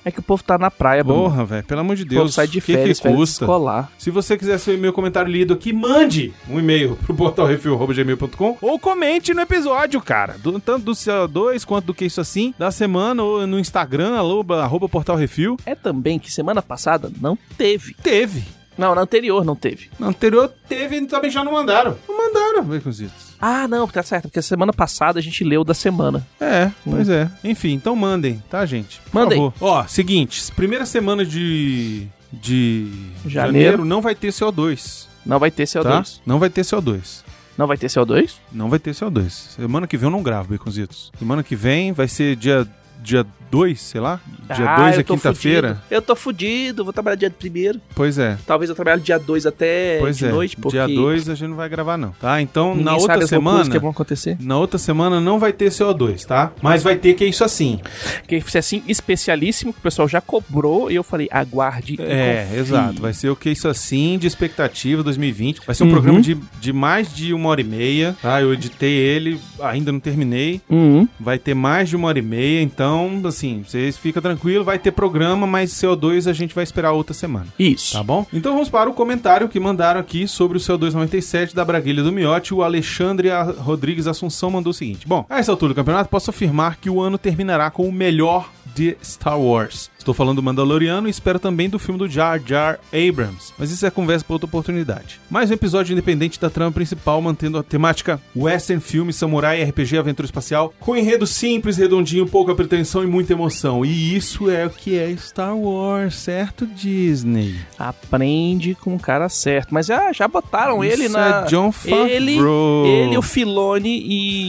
Speaker 2: É que o povo tá na praia, Bruno.
Speaker 1: Porra, velho, pelo amor de
Speaker 2: o povo
Speaker 1: Deus.
Speaker 2: sai de
Speaker 1: o que
Speaker 2: férias,
Speaker 1: que
Speaker 2: férias
Speaker 1: custa?
Speaker 2: escolar.
Speaker 1: Se você quiser seu e-mail comentário lido aqui, mande um e-mail pro portalrefil.gmail.com ou comente no episódio, cara. Do- tanto do CO2 quanto do que isso assim, da semana ou no Instagram, arroba, arroba Portal Refil.
Speaker 2: É também que semana passada não teve.
Speaker 1: Teve.
Speaker 2: Não, na anterior não teve.
Speaker 1: Na anterior teve e também já não mandaram. Não mandaram, Baconzitos.
Speaker 2: Ah, não, tá certo, porque semana passada a gente leu da semana.
Speaker 1: É, pois é. Enfim, então mandem, tá, gente? Por
Speaker 2: Mandem.
Speaker 1: favor. Ó, seguinte, primeira semana de... De
Speaker 2: Janeiro.
Speaker 1: não vai ter CO2,
Speaker 2: Não vai ter
Speaker 1: tá?
Speaker 2: CO2.
Speaker 1: Não vai ter CO2.
Speaker 2: Não vai ter CO2?
Speaker 1: Não vai ter CO2. Semana que vem eu não gravo, Baconzitos. Semana que vem vai ser dia dia 2, sei lá. Dia
Speaker 2: Ah,
Speaker 1: 2 é
Speaker 2: eu tô
Speaker 1: quinta-feira.
Speaker 2: fudido. Eu tô fudido, vou trabalhar dia primeiro.
Speaker 1: Pois é.
Speaker 2: Talvez eu trabalhe dia 2 até
Speaker 1: Pois
Speaker 2: de
Speaker 1: é.
Speaker 2: noite, porque
Speaker 1: Dia 2 a gente não vai gravar não, tá? Então
Speaker 2: ninguém
Speaker 1: na
Speaker 2: sabe
Speaker 1: outra
Speaker 2: as loucuras
Speaker 1: semana,
Speaker 2: que é vão acontecer.
Speaker 1: na outra semana não vai ter CO2, tá? Mas vai ter que é isso assim.
Speaker 2: Porque isso é assim especialíssimo que o pessoal já cobrou e eu falei, aguarde. e
Speaker 1: É,
Speaker 2: confie.
Speaker 1: exato. Vai ser o que isso assim de expectativa 2020. Vai ser um
Speaker 2: Uhum.
Speaker 1: programa de, de mais de uma hora e meia, tá? Eu editei ele, ainda não terminei.
Speaker 2: Uhum.
Speaker 1: Vai ter mais de uma hora e meia, então, assim, vocês ficam tranquilos, vai ter programa, mas CO2 a gente vai esperar outra semana.
Speaker 2: Isso.
Speaker 1: Tá bom? Então vamos para o comentário que mandaram aqui sobre o CO297 da Braguilha do Miote. O Alexandre A- Rodrigues Assunção mandou o seguinte: Bom, a essa altura do campeonato, posso afirmar que o ano terminará com o melhor de Star Wars. Estou falando do Mandaloriano e espero também do filme do Jar Jar Abrams. Mas isso é conversa para outra oportunidade. Mais um episódio independente da trama principal, mantendo a temática western, filme, samurai, RPG, aventura espacial, com enredo simples, redondinho, pouca pretensão e muita emoção. E isso é o que é Star Wars, certo, Disney?
Speaker 2: Aprende com o cara certo. Mas ah, já botaram ele
Speaker 1: Isso
Speaker 2: na.
Speaker 1: é John
Speaker 2: ele,
Speaker 1: Favreau.
Speaker 2: ele, o Filone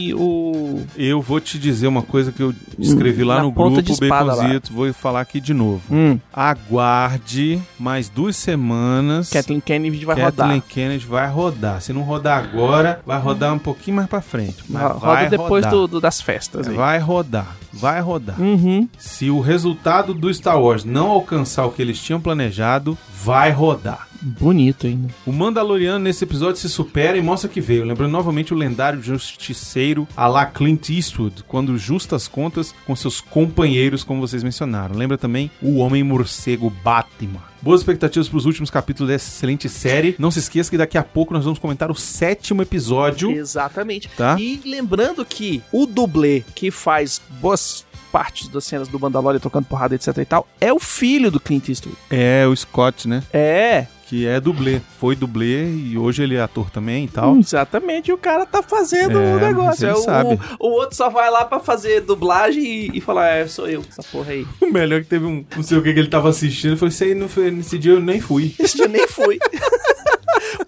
Speaker 2: e o.
Speaker 1: Eu vou te dizer uma coisa que eu escrevi lá
Speaker 2: Na
Speaker 1: no grupo
Speaker 2: ponta de espada lá.
Speaker 1: Baconzito, vou falar aqui de novo.
Speaker 2: Hum,
Speaker 1: Aguarde mais duas semanas.
Speaker 2: Kathleen Kennedy vai
Speaker 1: Kathleen
Speaker 2: rodar.
Speaker 1: Kennedy vai rodar. Se não rodar agora, vai rodar um pouquinho mais pra frente. Mas vai
Speaker 2: Roda depois
Speaker 1: rodar.
Speaker 2: do, do- das festas. aí.
Speaker 1: Vai rodar, vai rodar.
Speaker 2: Uhum.
Speaker 1: Se o resultado do Star Wars não alcançar o que eles tinham planejado, vai rodar.
Speaker 2: Bonito ainda.
Speaker 1: O Mandaloriano nesse episódio se supera e mostra que veio, lembrando novamente o lendário justiceiro a la Clint Eastwood, quando justa as contas com seus companheiros, como vocês mencionaram. Lembra também o Homem-Morcego Batman. Boas expectativas para os últimos capítulos dessa excelente série. Não se esqueça que daqui a pouco nós vamos comentar o sétimo episódio.
Speaker 2: Exatamente.
Speaker 1: Tá?
Speaker 2: E lembrando que o dublê que faz boas partes das cenas do Mandalorian tocando porrada, etc e tal, é o filho do Clint Eastwood.
Speaker 1: É, o Scott, né?
Speaker 2: É,
Speaker 1: Que é dublê. Foi dublê e hoje ele é ator também e tal.
Speaker 2: Então, exatamente, o cara tá fazendo
Speaker 1: É,
Speaker 2: o negócio.
Speaker 1: ele
Speaker 2: É, o,
Speaker 1: sabe.
Speaker 2: o- o outro só vai lá pra fazer dublagem e, e falar, é, sou eu, essa porra aí.
Speaker 1: O melhor que teve um. Não sei o que, que ele tava assistindo. Ele falou: Isso aí não foi, nesse dia eu nem fui.
Speaker 2: Esse dia eu nem fui.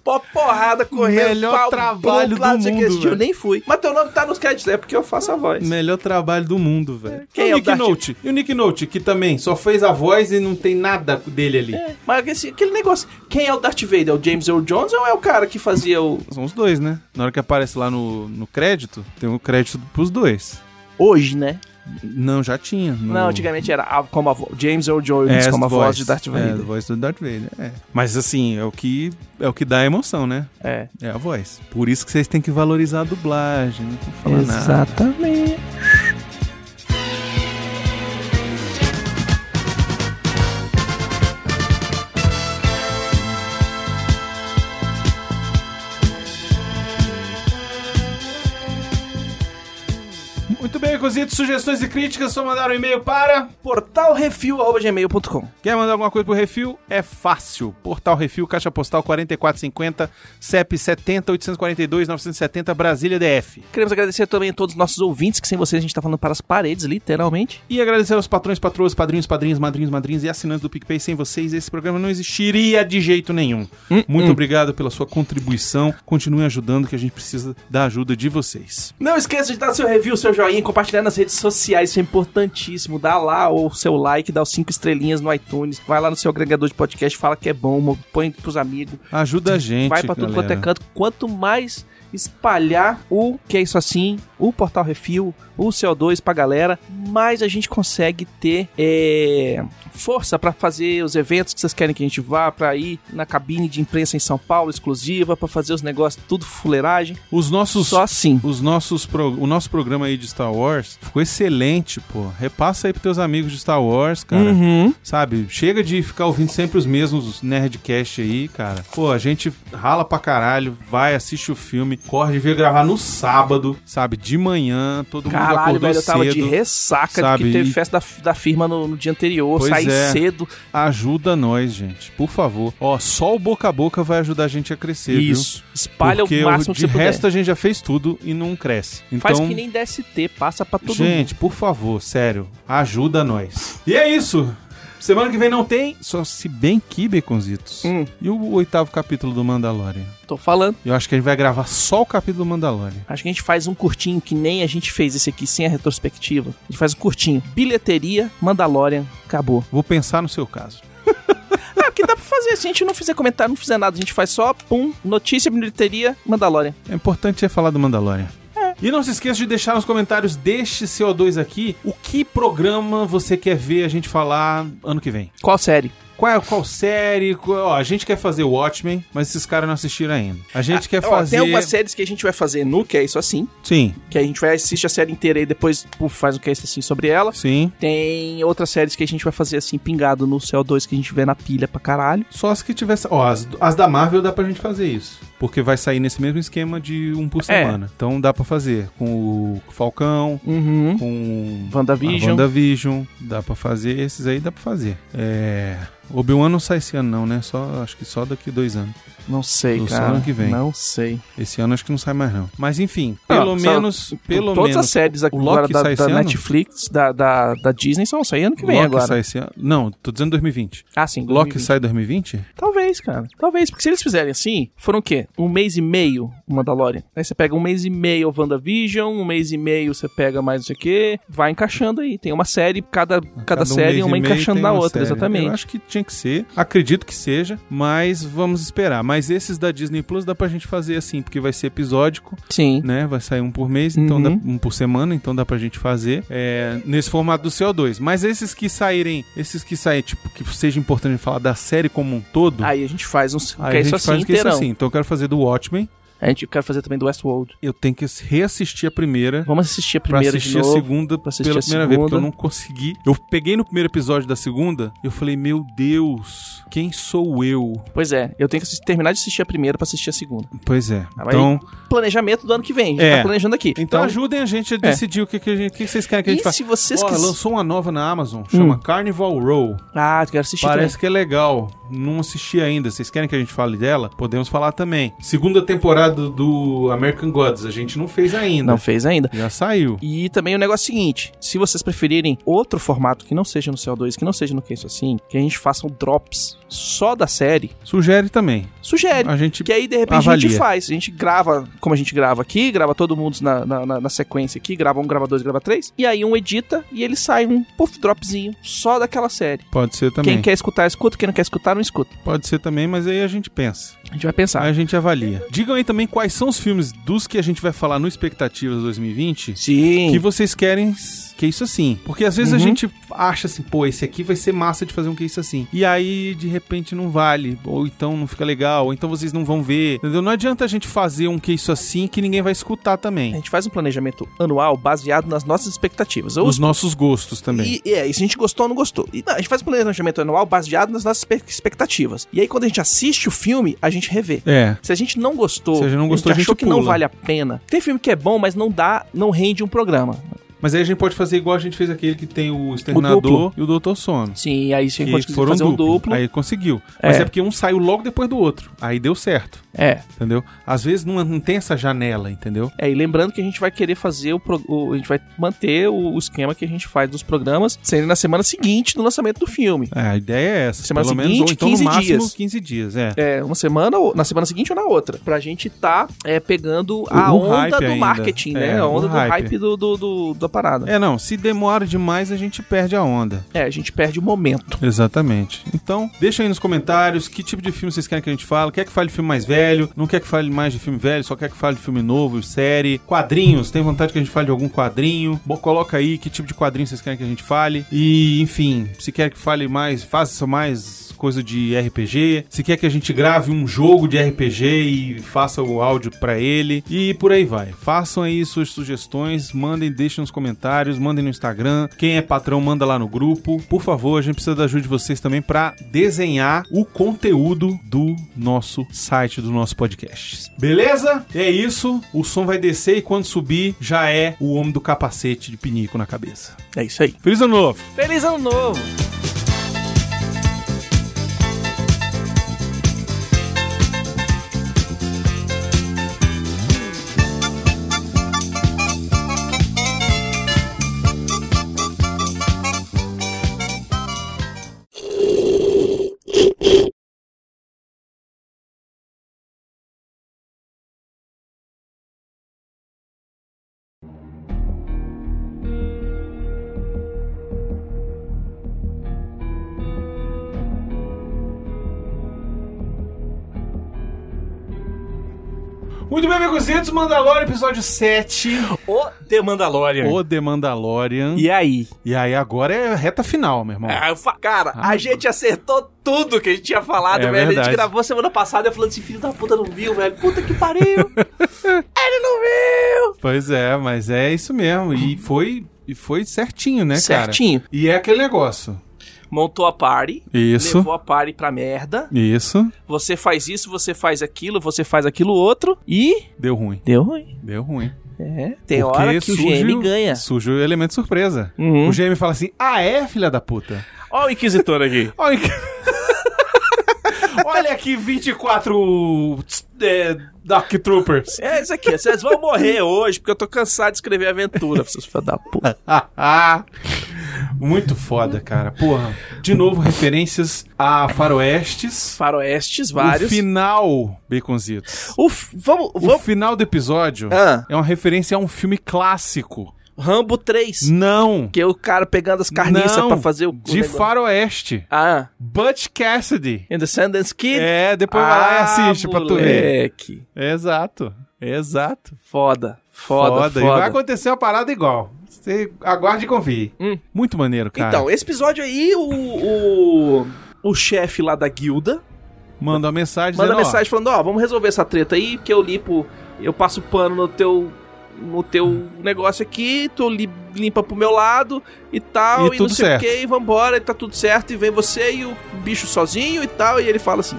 Speaker 2: Pó porrada, correndo,
Speaker 1: Melhor
Speaker 2: pau,
Speaker 1: trabalho
Speaker 2: blum, blá,
Speaker 1: do
Speaker 2: não sei o que,
Speaker 1: mundo,
Speaker 2: Esse dia eu
Speaker 1: velho.
Speaker 2: nem fui. Mas teu nome tá nos créditos, é porque eu faço a voz.
Speaker 1: Melhor trabalho do mundo, velho.
Speaker 2: Quem
Speaker 1: E
Speaker 2: é o
Speaker 1: o Nick
Speaker 2: Darth-
Speaker 1: Note? E o Nick Note, que também só fez a voz e não tem nada dele ali.
Speaker 2: Mas esse- aquele negócio, quem é o Darth Vader? É o James Earl Jones ou é o cara que fazia o...
Speaker 1: São os dois, né? Na hora que aparece lá no, no crédito, tem um crédito pros dois.
Speaker 2: Hoje, né?
Speaker 1: Não, já tinha. no-
Speaker 2: Não, antigamente era a- como a vo- James Earl Jones
Speaker 1: Hum. É,
Speaker 2: como a
Speaker 1: voz,
Speaker 2: voz de Darth
Speaker 1: É, a
Speaker 2: Vader.
Speaker 1: voz do Darth Vader, é. Mas assim, é o que é o que dá emoção, né?
Speaker 2: É.
Speaker 1: É a voz. Por isso que vocês têm que valorizar a dublagem, não tô falando nada.
Speaker 2: Exatamente.
Speaker 1: Muito bem, Cozito, sugestões e críticas, só mandar um e-mail para
Speaker 2: Portalrefil.gmail.com
Speaker 1: Quer mandar alguma coisa pro Refil? É fácil. Portal Refil, Caixa Postal 4450, CEP 70 842 970, Brasília DF.
Speaker 2: Queremos agradecer também a todos os nossos ouvintes, que sem vocês a gente tá falando para as paredes, literalmente.
Speaker 1: E agradecer aos patrões, patroas, padrinhos, padrinhos, madrinhos, madrinhas e assinantes do PicPay. Sem vocês, esse programa não existiria de jeito nenhum.
Speaker 2: Hum,
Speaker 1: Muito obrigado pela sua contribuição. Continue ajudando, que a gente precisa da ajuda de vocês.
Speaker 2: Não esqueça de dar seu review, seu joinha, compartilhar nas redes sociais, isso é importantíssimo. Dá lá o seu like, dá os cinco estrelinhas no iTunes, vai lá no seu agregador de podcast, fala que é bom, põe pros amigos,
Speaker 1: Ajuda a gente.
Speaker 2: vai pra tudo quanto é
Speaker 1: galera.
Speaker 2: canto. Quanto mais espalhar o que é isso assim, o Portal Refil, o CO2 pra galera, mais a gente consegue ter é, força pra fazer os eventos que vocês querem que a gente vá, pra ir na cabine de imprensa em São Paulo exclusiva, pra fazer os negócios tudo fuleiragem.
Speaker 1: Os nossos.
Speaker 2: Só assim.
Speaker 1: Os nossos pro- O nosso programa aí de Star Wars Wars. Ficou excelente, pô. Repassa aí pros teus amigos de Star Wars, cara.
Speaker 2: Uhum.
Speaker 1: Sabe? Chega de ficar ouvindo sempre os mesmos Nerdcast aí, cara. Pô, a gente rala pra caralho, vai, assiste o filme, corre de vir gravar no sábado, sabe? De manhã, todo mundo
Speaker 2: Caralho,
Speaker 1: acordou
Speaker 2: velho, eu tava
Speaker 1: cedo.
Speaker 2: de ressaca
Speaker 1: sabe?
Speaker 2: de que teve
Speaker 1: E-
Speaker 2: festa da, da firma no, no dia anterior,
Speaker 1: Pois
Speaker 2: saí
Speaker 1: é.
Speaker 2: cedo.
Speaker 1: Ajuda nós, gente. Por favor. Ó, só o boca a boca vai ajudar a gente a crescer,
Speaker 2: Isso.
Speaker 1: viu?
Speaker 2: Espalha
Speaker 1: Porque
Speaker 2: o máximo que
Speaker 1: de
Speaker 2: você puder.
Speaker 1: resto a gente já fez tudo e não cresce. Então,
Speaker 2: Faz que nem DST, passa pra todo mundo.
Speaker 1: gente, por favor, sério, ajuda nós. E é isso. Semana que vem não tem, só se bem que baconzitos.
Speaker 2: Hum.
Speaker 1: E o oitavo capítulo do Mandalorian.
Speaker 2: Tô falando.
Speaker 1: Eu acho que a gente vai gravar só o capítulo do Mandalorian.
Speaker 2: Acho que a gente faz um curtinho, que nem a gente fez esse aqui, sem a retrospectiva. A gente faz um curtinho. Bilheteria, Mandalorian, acabou.
Speaker 1: Vou pensar no seu caso.
Speaker 2: É, porque dá pra fazer. Se a gente não fizer comentário, não fizer nada, a gente faz só, pum, notícia, bilheteria, Mandalorian.
Speaker 1: É importante é falar do Mandalorian.
Speaker 2: É.
Speaker 1: E não se esqueça de deixar nos comentários deste CO2 aqui o que programa você quer ver a gente falar ano que vem.
Speaker 2: Qual série?
Speaker 1: Qual, é, qual série? qual- ó, a gente quer fazer Watchmen, mas esses caras não assistiram ainda. A gente quer
Speaker 2: Ah, Ó,
Speaker 1: fazer.
Speaker 2: Tem algumas séries que a gente vai fazer no Que É Isso Assim,
Speaker 1: Sim,
Speaker 2: que a gente vai assistir a série inteira e depois puf, faz o Que É Isso Assim sobre ela.
Speaker 1: sim.
Speaker 2: Tem outras séries que a gente vai fazer assim, pingado no CO2 que a gente vê na pilha pra caralho.
Speaker 1: Só as que tivesse. Ó, as, as da Marvel dá pra gente fazer isso. Porque vai sair nesse mesmo esquema de um por
Speaker 2: É.
Speaker 1: semana. Então dá pra fazer com o Falcão,
Speaker 2: Uhum.
Speaker 1: com
Speaker 2: WandaVision.
Speaker 1: A WandaVision, dá pra fazer. Esses aí dá pra fazer. É... Obi-Wan não sai esse ano não, né? Só, acho que só daqui dois anos.
Speaker 2: Não sei,
Speaker 1: Do
Speaker 2: cara.
Speaker 1: ano que vem.
Speaker 2: Não sei.
Speaker 1: Esse ano acho que não sai mais não. Mas enfim, pelo
Speaker 2: Ah, só-
Speaker 1: menos... Pelo
Speaker 2: Todas
Speaker 1: menos,
Speaker 2: as séries
Speaker 1: o
Speaker 2: agora
Speaker 1: Loki
Speaker 2: da,
Speaker 1: sai
Speaker 2: da
Speaker 1: esse ano?
Speaker 2: Netflix, da, da, da Disney, são sair ano que vem
Speaker 1: Loki
Speaker 2: agora.
Speaker 1: sai esse ano. Não, tô dizendo 2020.
Speaker 2: Ah, sim.
Speaker 1: Loki
Speaker 2: 2020.
Speaker 1: sai 2020?
Speaker 2: Talvez, cara. Talvez, porque se eles fizerem assim, foram o quê? Um mês e meio o Mandalorian. Aí você pega um mês e meio o WandaVision, um mês e meio você pega mais não sei o quê, vai encaixando aí. Tem uma série, cada, cada,
Speaker 1: Cada um
Speaker 2: série
Speaker 1: mês e
Speaker 2: uma
Speaker 1: meio
Speaker 2: encaixando
Speaker 1: tem
Speaker 2: na
Speaker 1: uma
Speaker 2: outra,
Speaker 1: série. Eu
Speaker 2: exatamente.
Speaker 1: acho que tinha que ser. Acredito que seja, mas vamos esperar. Mas esses da Disney Plus dá pra gente fazer assim, porque vai ser episódico,
Speaker 2: Sim.
Speaker 1: né? Vai sair um por mês, então
Speaker 2: Uhum.
Speaker 1: dá, um por semana, então dá pra gente fazer é, nesse formato do CO2. Mas esses que saírem, esses que saírem, tipo, que seja importante falar da série como um todo.
Speaker 2: Aí a gente faz uns.
Speaker 1: aí
Speaker 2: que é isso assim,
Speaker 1: que é isso
Speaker 2: inteirão.
Speaker 1: assim. Então eu quero fazer do Watchmen.
Speaker 2: A gente quer fazer também do Westworld.
Speaker 1: Eu tenho que reassistir a primeira
Speaker 2: Vamos assistir a
Speaker 1: Pra
Speaker 2: primeira
Speaker 1: assistir
Speaker 2: de
Speaker 1: a
Speaker 2: novo.
Speaker 1: segunda
Speaker 2: pra
Speaker 1: pela
Speaker 2: assistir a
Speaker 1: primeira vez, porque eu
Speaker 2: segunda.
Speaker 1: não consegui. Eu peguei no primeiro episódio da segunda e eu falei, meu Deus, quem sou eu?
Speaker 2: Pois é, eu tenho que assistir- terminar de assistir a primeira pra assistir a segunda.
Speaker 1: Pois é.
Speaker 2: Ah, mas
Speaker 1: Então,
Speaker 2: Planejamento do ano que vem. A gente
Speaker 1: É.
Speaker 2: tá planejando aqui.
Speaker 1: então, ajudem a gente a decidir o que, que, a gente, o que vocês querem que a gente
Speaker 2: É. E
Speaker 1: faça.
Speaker 2: se vocês Hum.
Speaker 1: Ó,
Speaker 2: quiserem.
Speaker 1: lançou uma nova na Amazon, chama Carnival Row.
Speaker 2: Ah, eu quero assistir
Speaker 1: Parece que é legal. Não assisti ainda. Vocês querem que a gente fale dela? Podemos falar também. Segunda temporada do American Gods, a gente não fez ainda.
Speaker 2: também. Não fez ainda.
Speaker 1: Já saiu.
Speaker 2: E também o negócio é o seguinte: se vocês preferirem outro formato que não seja no CO2, que não seja no que isso assim, que a gente faça um drops só da série,
Speaker 1: Sugere também.
Speaker 2: sugere.
Speaker 1: A gente
Speaker 2: Que aí, de repente, a gente
Speaker 1: Ah, Avalia.
Speaker 2: faz. A gente grava como a gente grava aqui, grava todo mundo na, na, na- na sequência aqui, grava um, grava dois, grava três. E aí um edita e ele sai um puff dropzinho só daquela série.
Speaker 1: pode ser também.
Speaker 2: Quem quer escutar, escuta. Quem não quer escutar, não escuta.
Speaker 1: Pode ser também, mas aí a gente pensa.
Speaker 2: A gente vai pensar.
Speaker 1: Aí a gente avalia. Digam aí também quais são os filmes dos que a gente vai falar no Expectativas 2020
Speaker 2: Sim.
Speaker 1: que vocês querem s- que é isso assim. Porque às vezes
Speaker 2: Uhum.
Speaker 1: a gente acha assim, pô, esse aqui vai ser massa de fazer um que é isso assim. E aí, de repente, não vale. Ou então não fica legal. Ou então vocês não vão ver. Entendeu? Não adianta a gente fazer um que é isso assim que ninguém vai escutar
Speaker 2: A
Speaker 1: também.
Speaker 2: gente faz um planejamento anual baseado nas nossas expectativas. Ou
Speaker 1: Os nossos gostos também.
Speaker 2: Então, E, e é, e se a gente gostou ou não gostou. E, não, a gente faz um planejamento anual baseado nas nossas espe- expectativas. E aí, quando a gente assiste o filme, a gente revê.
Speaker 1: É.
Speaker 2: Se a gente não gostou,
Speaker 1: Se a gente não gostou, a gente
Speaker 2: achou que não
Speaker 1: pula.
Speaker 2: vale a pena. Tem filme que é bom, mas não dá, não rende um programa.
Speaker 1: Mas aí a gente pode fazer igual a gente fez aquele que tem o Exterminador e o Doutor Sono.
Speaker 2: Sim, Assim, aí você
Speaker 1: Que
Speaker 2: conseguiu
Speaker 1: foram
Speaker 2: fazer um
Speaker 1: duplo.
Speaker 2: duplo.
Speaker 1: Aí conseguiu. Mas
Speaker 2: É.
Speaker 1: é porque um saiu logo depois do outro. Aí deu certo.
Speaker 2: É.
Speaker 1: Entendeu? Às vezes não, não tem essa janela, entendeu?
Speaker 2: É, e lembrando que a gente vai querer fazer o, pro- o- A gente vai manter o, o esquema que a gente faz dos programas, sendo na semana seguinte do lançamento do filme.
Speaker 1: É, a ideia é essa.
Speaker 2: Semana
Speaker 1: pelo menos,
Speaker 2: seguinte,
Speaker 1: ou então
Speaker 2: 15
Speaker 1: no máximo
Speaker 2: dias.
Speaker 1: 15 dias, é.
Speaker 2: É, uma semana, ou na semana seguinte ou na outra. Pra gente tá é, pegando a
Speaker 1: o
Speaker 2: onda
Speaker 1: Um hype
Speaker 2: do
Speaker 1: ainda.
Speaker 2: marketing, né?
Speaker 1: É,
Speaker 2: A onda
Speaker 1: o
Speaker 2: do hype,
Speaker 1: hype.
Speaker 2: do, do- do- da parada.
Speaker 1: É, não, se demora demais a gente perde a onda.
Speaker 2: É, a gente perde o momento.
Speaker 1: Exatamente. Então, deixa aí nos comentários que tipo de filme vocês querem que a gente fale. Quer que fale de filme mais velho? Não quer que fale mais de filme velho, só quer que fale de filme novo, série. Quadrinhos, tem vontade que a gente fale de algum quadrinho? Bo- coloca aí que tipo de quadrinho vocês querem que a gente fale. E, enfim, se quer que fale mais, faça mais coisa de RPG, se quer que a gente grave um jogo de RPG e faça o áudio pra ele e por aí vai. Façam aí suas sugestões, mandem, deixem nos comentários, mandem no Instagram. Quem é patrão manda lá no grupo. Por favor, a gente precisa da ajuda de vocês também pra desenhar o conteúdo do nosso site do nosso podcast. Beleza? É isso. O som vai descer e quando subir já é o homem do capacete de pinico na cabeça.
Speaker 2: É isso aí.
Speaker 1: Feliz ano novo.
Speaker 2: Feliz ano novo!
Speaker 1: Muito bem, amigos, Mandalorian, episódio 7.
Speaker 2: O The Mandalorian.
Speaker 1: O The Mandalorian.
Speaker 2: Hum. E aí?
Speaker 1: E aí, agora é reta final, meu irmão.
Speaker 2: Ah, eu fa- Cara, a gente acertou tudo que a gente tinha falado,
Speaker 1: É
Speaker 2: velho. A
Speaker 1: verdade.
Speaker 2: gente gravou semana passada eu falando assim, filho da puta não viu, velho. Puta que pariu!
Speaker 1: Né,
Speaker 2: Ele não viu!
Speaker 1: Pois é, mas é isso mesmo. E foi, e foi certinho, né, cara?
Speaker 2: Certinho.
Speaker 1: E é aquele negócio.
Speaker 2: Montou a party.
Speaker 1: Isso.
Speaker 2: Levou a party pra merda.
Speaker 1: Isso.
Speaker 2: Você faz isso, você faz aquilo, você faz aquilo outro. E.
Speaker 1: Deu ruim.
Speaker 2: Deu ruim.
Speaker 1: Deu ruim.
Speaker 2: É. Tem
Speaker 1: Porque
Speaker 2: hora que o
Speaker 1: surge um
Speaker 2: GM ganha.
Speaker 1: Surge o elemento surpresa.
Speaker 2: Uhum.
Speaker 1: O GM fala assim: Ah, é, filha da puta?
Speaker 2: Ó o Inquisitor aqui.
Speaker 1: Olha que- Olha aqui, 24 tss, é, Dark Troopers.
Speaker 2: É isso aqui, vocês vão morrer hoje, porque eu tô cansado de escrever aventura, vocês filhos da puta.
Speaker 1: Muito foda, cara. Porra. De novo, referências a faroestes.
Speaker 2: Faroestes, vários.
Speaker 1: O final, Baconzitos.
Speaker 2: O f- Vamos,
Speaker 1: O
Speaker 2: vamos.
Speaker 1: final do episódio
Speaker 2: Ah.
Speaker 1: é uma referência a um filme clássico.
Speaker 2: Rambo 3.
Speaker 1: Não!
Speaker 2: Que é o cara pegando as carniças
Speaker 1: Não,
Speaker 2: pra fazer o. o
Speaker 1: De
Speaker 2: negócio.
Speaker 1: faroeste.
Speaker 2: Ah,
Speaker 1: Butch Cassidy.
Speaker 2: in the Sundance Kid? Ah,
Speaker 1: É, depois vai lá e assiste pra tu ver.
Speaker 2: moleque.
Speaker 1: Exato. Exato.
Speaker 2: Foda, foda, foda.
Speaker 1: E vai acontecer uma parada igual. Você aguarde e confie.
Speaker 2: Hum.
Speaker 1: Muito maneiro, cara.
Speaker 2: Então, esse episódio aí, o. o... O chefe lá da guilda
Speaker 1: Manda uma mensagem
Speaker 2: manda
Speaker 1: dizendo, ó,
Speaker 2: mensagem falando: Ó, vamos resolver essa treta aí, porque eu limpo, eu passo pano no teu, no teu negócio aqui, tu li- limpa pro meu lado e tal,
Speaker 1: E
Speaker 2: e, não
Speaker 1: tudo
Speaker 2: sei
Speaker 1: certo.
Speaker 2: o que, e vambora, e tá tudo certo, e vem você e o bicho sozinho e tal. E ele fala assim: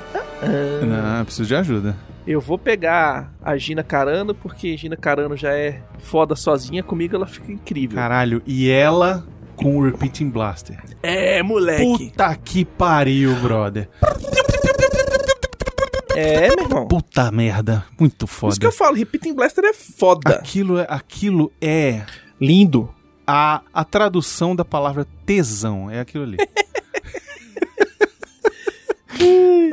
Speaker 1: Não, preciso de ajuda.
Speaker 2: Eu vou pegar a Gina Carano, porque Gina Carano já é foda sozinha, comigo ela fica incrível.
Speaker 1: Caralho, e ela com o Repeating Blaster.
Speaker 2: É, moleque.
Speaker 1: Puta que pariu, brother.
Speaker 2: É, meu irmão.
Speaker 1: Puta merda. Muito
Speaker 2: Por
Speaker 1: foda.
Speaker 2: Isso que eu falo, Repeating Blaster é foda.
Speaker 1: Aquilo é, aquilo é
Speaker 2: Lindo.
Speaker 1: a, a tradução da palavra tesão. É aquilo ali.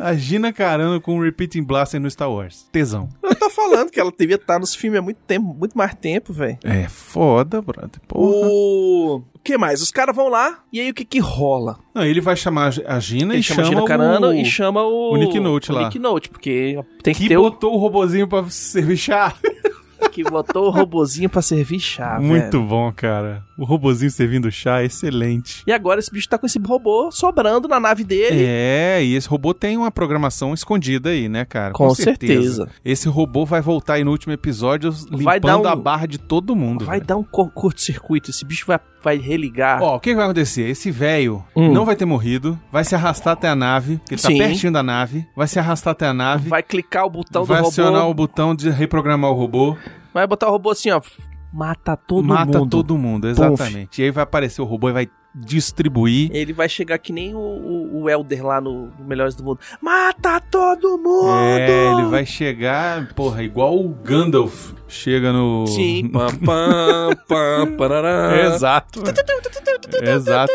Speaker 1: a Gina Carano com o Repeating Blaster no Star Wars. Tesão.
Speaker 2: Eu tô falando que ela devia estar nos filmes há muito tempo, muito mais tempo, velho.
Speaker 1: É foda, brother. Porra.
Speaker 2: O... o que mais? Os caras vão lá, e aí o que que rola?
Speaker 1: Não, ele vai chamar a Gina
Speaker 2: Ele
Speaker 1: e
Speaker 2: chama,
Speaker 1: chama,
Speaker 2: a Gina Carano
Speaker 1: o...
Speaker 2: e chama o...
Speaker 1: o Nick Nolte
Speaker 2: o
Speaker 1: lá.
Speaker 2: Nick Note, porque tem que,
Speaker 1: que
Speaker 2: ter o...
Speaker 1: botou o robozinho pra servir chá.
Speaker 2: Que botou o robozinho pra servir chá, velho.
Speaker 1: Muito bom, cara. O robozinho servindo chá, excelente.
Speaker 2: E agora esse bicho tá com esse robô sobrando na nave dele.
Speaker 1: É, e esse robô tem uma programação escondida aí, né, cara?
Speaker 2: Com, certeza.
Speaker 1: Esse robô vai voltar aí no último episódio limpando
Speaker 2: Vai dar um-
Speaker 1: a barra de todo mundo.
Speaker 2: Vai
Speaker 1: velho.
Speaker 2: dar um cor- curto-circuito, esse bicho vai, vai religar.
Speaker 1: Ó, o que que vai acontecer? Esse velho
Speaker 2: Hum.
Speaker 1: não vai ter morrido, vai se arrastar até a nave, que ele tá
Speaker 2: Sim.
Speaker 1: pertinho da nave, vai se arrastar até a nave,
Speaker 2: vai clicar o botão
Speaker 1: vai
Speaker 2: do
Speaker 1: acionar
Speaker 2: robô.
Speaker 1: o botão de reprogramar o robô,
Speaker 2: Vai botar o robô assim, ó. Mata todo
Speaker 1: mata
Speaker 2: mundo.
Speaker 1: todo mundo, exatamente. E aí vai aparecer o robô e vai distribuir.
Speaker 2: Ele vai chegar que nem o, o, o Elder lá no, no Melhores do Mundo. Mata todo mundo!
Speaker 1: É, ele vai chegar, porra, igual o Gandalf chega no.
Speaker 2: Sim. Pam, pam, pam, parará.
Speaker 1: Exato. Exato.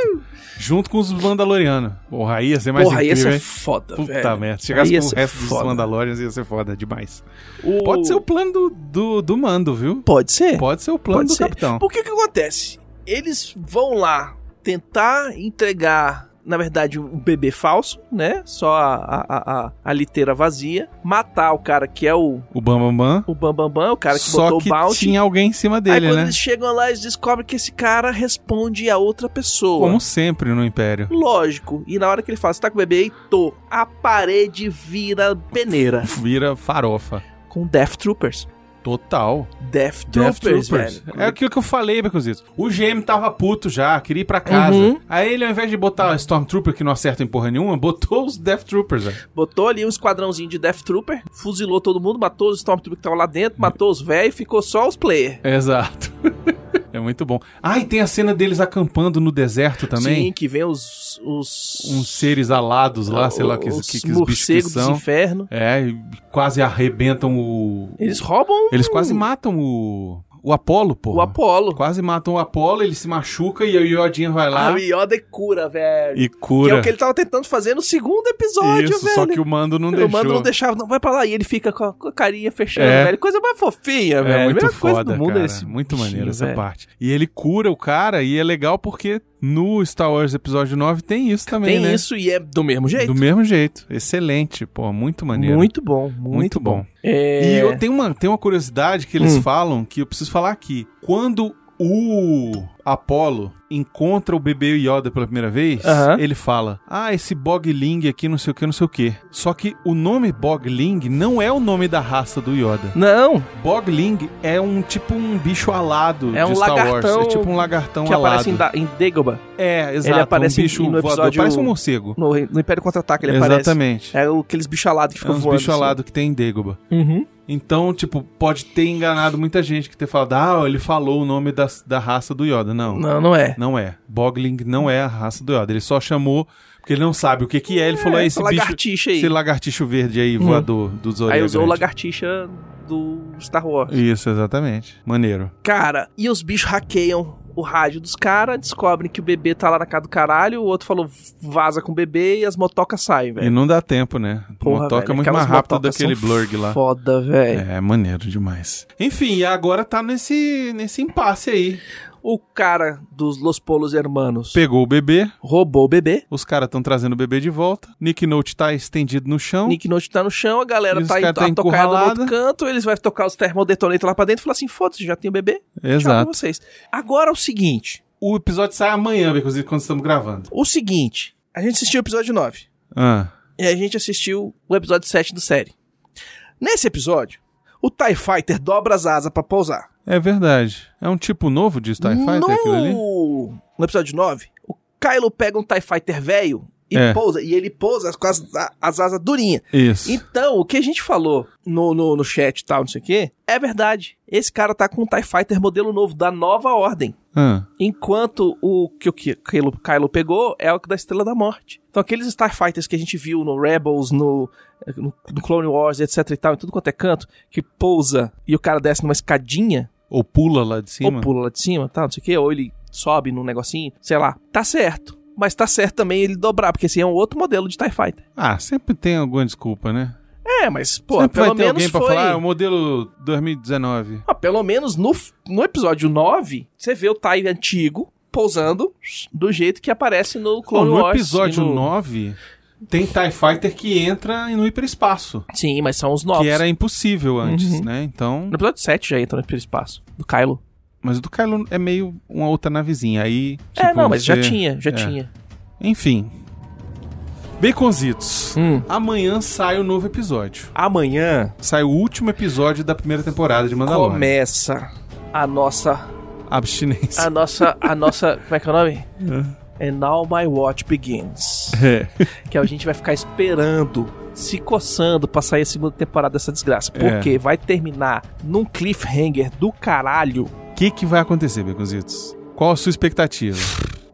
Speaker 1: Junto com os Mandalorianos. Porra, aí ia ser é mais
Speaker 2: Porra, ia
Speaker 1: incrível,
Speaker 2: ser
Speaker 1: hein?
Speaker 2: foda,
Speaker 1: Puta
Speaker 2: velho.
Speaker 1: merda. Se Chegasse
Speaker 2: Aí ia
Speaker 1: com o
Speaker 2: ser
Speaker 1: resto dos
Speaker 2: foda.
Speaker 1: Mandalorians ia ser foda demais.
Speaker 2: O-
Speaker 1: Pode ser o plano do, do, do mando, viu?
Speaker 2: Pode ser?
Speaker 1: Pode ser o plano
Speaker 2: É. Pode
Speaker 1: do
Speaker 2: ser.
Speaker 1: capitão.
Speaker 2: Por que que acontece? Eles vão lá tentar entregar na verdade, um bebê falso, né? Só a, a, a, a- a liteira vazia. Matar o cara que é o,
Speaker 1: O Bam Bam Bam.
Speaker 2: o Bambambam, o cara que
Speaker 1: Só
Speaker 2: botou
Speaker 1: que
Speaker 2: o bounty.
Speaker 1: tinha alguém em cima
Speaker 2: Aí
Speaker 1: dele,
Speaker 2: quando
Speaker 1: né?
Speaker 2: eles chegam lá, eles descobrem que esse cara responde a outra pessoa.
Speaker 1: Como sempre no Império.
Speaker 2: Lógico. E na hora que ele fala, você tá com o bebê? E tô. A parede vira peneira.
Speaker 1: Vira farofa.
Speaker 2: Com Death Troopers.
Speaker 1: Total.
Speaker 2: Death
Speaker 1: Death
Speaker 2: Troopers,
Speaker 1: Troopers.
Speaker 2: velho.
Speaker 1: É aquilo que eu falei, Becositos. O GM tava puto já, queria ir pra casa.
Speaker 2: Uhum.
Speaker 1: Aí ele, ao invés de botar Stormtrooper, que não acerta em porra nenhuma, botou os Death Troopers, né? velho.
Speaker 2: Botou ali um esquadrãozinho de Death Trooper, fuzilou todo mundo, matou os Stormtrooper que estavam lá dentro, matou os velhos, ficou só os player.
Speaker 1: Exato. é muito bom. Ah, e tem a cena deles acampando no deserto
Speaker 2: Sim,
Speaker 1: também.
Speaker 2: que vem os. os
Speaker 1: Uns seres alados lá, sei lá que,
Speaker 2: os
Speaker 1: que, que os bichos que
Speaker 2: morcegos do
Speaker 1: são.
Speaker 2: inferno.
Speaker 1: É, e quase arrebentam o...
Speaker 2: Eles roubam
Speaker 1: Eles quase matam o... O Apolo, pô.
Speaker 2: Uhum. o Apolo.
Speaker 1: Quase matam o Apolo, ele se machuca e aí o Yodinha vai lá
Speaker 2: Ah, o Yoda é cura, velho.
Speaker 1: e
Speaker 2: Que
Speaker 1: cura.
Speaker 2: é o que ele tava tentando fazer no segundo episódio,
Speaker 1: Isso,
Speaker 2: velho.
Speaker 1: só que o Mando não
Speaker 2: o
Speaker 1: deixou.
Speaker 2: mando não deixava, não, vai pra lá. E ele fica com a, com a carinha fechando,
Speaker 1: É.
Speaker 2: velho. Coisa mais fofinha,
Speaker 1: É
Speaker 2: velho.
Speaker 1: muito
Speaker 2: Melhor coisa
Speaker 1: foda,
Speaker 2: do mundo
Speaker 1: cara.
Speaker 2: é esse
Speaker 1: muito
Speaker 2: bichinho,
Speaker 1: maneiro essa
Speaker 2: velho.
Speaker 1: parte. E ele cura o cara e é legal porque no Star Wars Episódio 9 tem isso também,
Speaker 2: Tem
Speaker 1: né?
Speaker 2: isso e é do mesmo jeito.
Speaker 1: Do mesmo jeito. Excelente, pô, muito maneiro.
Speaker 2: Muito bom, muito,
Speaker 1: Muito bom.
Speaker 2: bom. É...
Speaker 1: E eu tenho uma, tem uma curiosidade que eles
Speaker 2: Hum.
Speaker 1: falam que eu preciso falar aqui. Quando o Apolo encontra o bebê Yoda pela primeira vez,
Speaker 2: Aham.
Speaker 1: ele fala: Ah, esse Bogling aqui, não sei o que, não sei o que. Só que o nome Bogling não é o nome da raça do Yoda.
Speaker 2: Não,
Speaker 1: Bogling é um tipo um bicho alado
Speaker 2: É
Speaker 1: de
Speaker 2: um
Speaker 1: Star
Speaker 2: lagartão
Speaker 1: Wars. É tipo um lagartão
Speaker 2: que
Speaker 1: alado.
Speaker 2: aparece em, da, em Dagobah.
Speaker 1: É, exato.
Speaker 2: aparece
Speaker 1: um bicho
Speaker 2: no
Speaker 1: voador.
Speaker 2: episódio-
Speaker 1: Parece um morcego.
Speaker 2: No, no Império Contra-Ataque ele aparece.
Speaker 1: Exatamente.
Speaker 2: É o- aqueles bichos alados que
Speaker 1: É
Speaker 2: ficam
Speaker 1: um
Speaker 2: voando.
Speaker 1: bicho
Speaker 2: assim.
Speaker 1: alado que tem em Dagobah.
Speaker 2: Uhum.
Speaker 1: Então, tipo, pode ter enganado muita gente que ter falado, ah, ele falou o nome da, da raça do Yoda. Não, não,
Speaker 2: Não, não é.
Speaker 1: é. Bogling não é a raça do Yoda. Ele só chamou, porque ele não sabe o que que é. Ele falou, "Ah, esse
Speaker 2: essa
Speaker 1: bicho,
Speaker 2: lagartixa aí.
Speaker 1: esse lagartixo verde aí,
Speaker 2: Hum.
Speaker 1: voador dos orelhas.
Speaker 2: Aí usou o
Speaker 1: grandes."
Speaker 2: lagartixa do Star Wars.
Speaker 1: Isso, exatamente. Maneiro.
Speaker 2: Cara, e os bichos hackeiam o rádio dos caras, descobrem que o bebê tá lá na casa do caralho, o outro falou vaza com o bebê e as motocas saem,
Speaker 1: E
Speaker 2: velho.
Speaker 1: não dá tempo, né?
Speaker 2: É. Porra,
Speaker 1: motoca
Speaker 2: velho,
Speaker 1: é muito
Speaker 2: aquelas
Speaker 1: mais rápido
Speaker 2: motocas
Speaker 1: daquele
Speaker 2: são
Speaker 1: blurg lá.
Speaker 2: Foda, velho.
Speaker 1: É, maneiro demais. Enfim, e agora tá nesse, nesse impasse aí.
Speaker 2: O cara dos Los Polos Hermanos
Speaker 1: Pegou o bebê,
Speaker 2: roubou o bebê.
Speaker 1: os caras estão trazendo o bebê de volta. Nick Note tá estendido no chão.
Speaker 2: Nick Note tá no chão, a galera
Speaker 1: E os
Speaker 2: tá,
Speaker 1: cara
Speaker 2: tá
Speaker 1: tá
Speaker 2: atocada no outro
Speaker 1: encurralada.
Speaker 2: canto, eles vão tocar os termodetonator lá pra dentro e falar assim, foda-se, já tem o bebê, tchau
Speaker 1: Exato.
Speaker 2: pra vocês. Agora é o seguinte,
Speaker 1: O episódio sai amanhã, inclusive, quando estamos gravando.
Speaker 2: o seguinte, a gente assistiu o episódio 9
Speaker 1: Ah,
Speaker 2: e a gente assistiu o episódio 7 do série. Nesse episódio, o TIE Fighter dobra as asas pra pousar.
Speaker 1: é verdade. É um tipo novo de TIE Fighter aquilo ali?
Speaker 2: no... no episódio 9, o Kylo pega um TIE Fighter velho e
Speaker 1: É.
Speaker 2: pousa. E ele pousa com as, as asas durinhas.
Speaker 1: Isso.
Speaker 2: Então, o que a gente falou no, no, no chat e tal, não sei o quê, é verdade. Esse cara tá com um TIE Fighter modelo novo, da nova ordem.
Speaker 1: Ah,
Speaker 2: Enquanto o que o que Kylo, Kylo pegou é o da Estrela da Morte. Então aqueles Starfighters que a gente viu no Rebels, no, no, no Clone Wars, etc e tal, em tudo quanto é canto, que pousa e o cara desce numa escadinha,
Speaker 1: ou pula lá de cima.
Speaker 2: ou pula lá de cima, tá, não sei o quê, ou ele sobe num negocinho, sei lá. Tá certo. Mas tá certo também ele dobrar, porque esse é um outro modelo de TIE Fighter.
Speaker 1: Ah, sempre tem alguma desculpa, né?
Speaker 2: É, mas, pô,
Speaker 1: sempre
Speaker 2: pelo
Speaker 1: vai ter
Speaker 2: menos
Speaker 1: alguém pra
Speaker 2: foi...
Speaker 1: falar, ah, o modelo 2019.
Speaker 2: Ah, pelo menos no, no episódio 9, você vê o TIE antigo pousando do jeito que aparece no
Speaker 1: Bom,
Speaker 2: Clone
Speaker 1: no
Speaker 2: Wars. e
Speaker 1: episódio
Speaker 2: no-
Speaker 1: 9, tem TIE Fighter que entra no hiperespaço,
Speaker 2: Sim, mas são os novos.
Speaker 1: que era impossível antes,
Speaker 2: Uhum.
Speaker 1: né? Então...
Speaker 2: No episódio 7 já entra no espaço do Kylo.
Speaker 1: Mas o do Kylo é meio uma outra navezinha, aí...
Speaker 2: é,
Speaker 1: tipo,
Speaker 2: não, mas já
Speaker 1: você-
Speaker 2: tinha, já
Speaker 1: é.
Speaker 2: tinha.
Speaker 1: Enfim. Baconzitos.
Speaker 2: Hum.
Speaker 1: Amanhã sai o novo episódio.
Speaker 2: Amanhã
Speaker 1: Sai o último episódio da primeira temporada de Mandalorian.
Speaker 2: começa a nossa
Speaker 1: Abstinência.
Speaker 2: A nossa. A nossa. Como é que é o nome? And now my watch begins.
Speaker 1: É.
Speaker 2: Que a gente vai ficar esperando, se coçando pra sair a segunda temporada dessa desgraça.
Speaker 1: É.
Speaker 2: Porque vai terminar num cliffhanger do caralho.
Speaker 1: O que, que vai acontecer, Baconzitos? Qual a sua expectativa?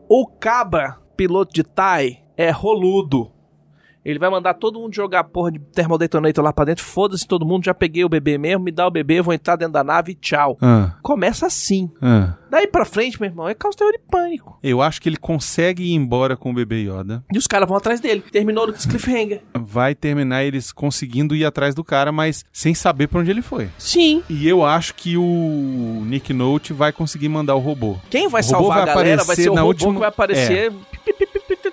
Speaker 2: O cabra, piloto de TIE, é roludo. Ele vai mandar todo mundo jogar a porra de termodetonator lá pra dentro. Foda-se todo mundo, já peguei o bebê mesmo, me dá o bebê, vou entrar dentro da nave e tchau.
Speaker 1: Ah,
Speaker 2: Começa assim.
Speaker 1: ah.
Speaker 2: Daí pra frente, meu irmão, é caos teoria de pânico.
Speaker 1: Eu acho que ele consegue ir embora com o bebê Yoda.
Speaker 2: E os caras vão atrás dele. Terminou no cliffhanger.
Speaker 1: Vai terminar eles conseguindo ir atrás do cara, mas sem saber pra onde ele foi.
Speaker 2: Sim.
Speaker 1: E eu acho que o Nick Note vai conseguir mandar o robô.
Speaker 2: Quem vai
Speaker 1: O robô
Speaker 2: salvar
Speaker 1: vai
Speaker 2: a galera vai
Speaker 1: aparecer
Speaker 2: ser o
Speaker 1: na
Speaker 2: robô
Speaker 1: última- é.
Speaker 2: que vai aparecer.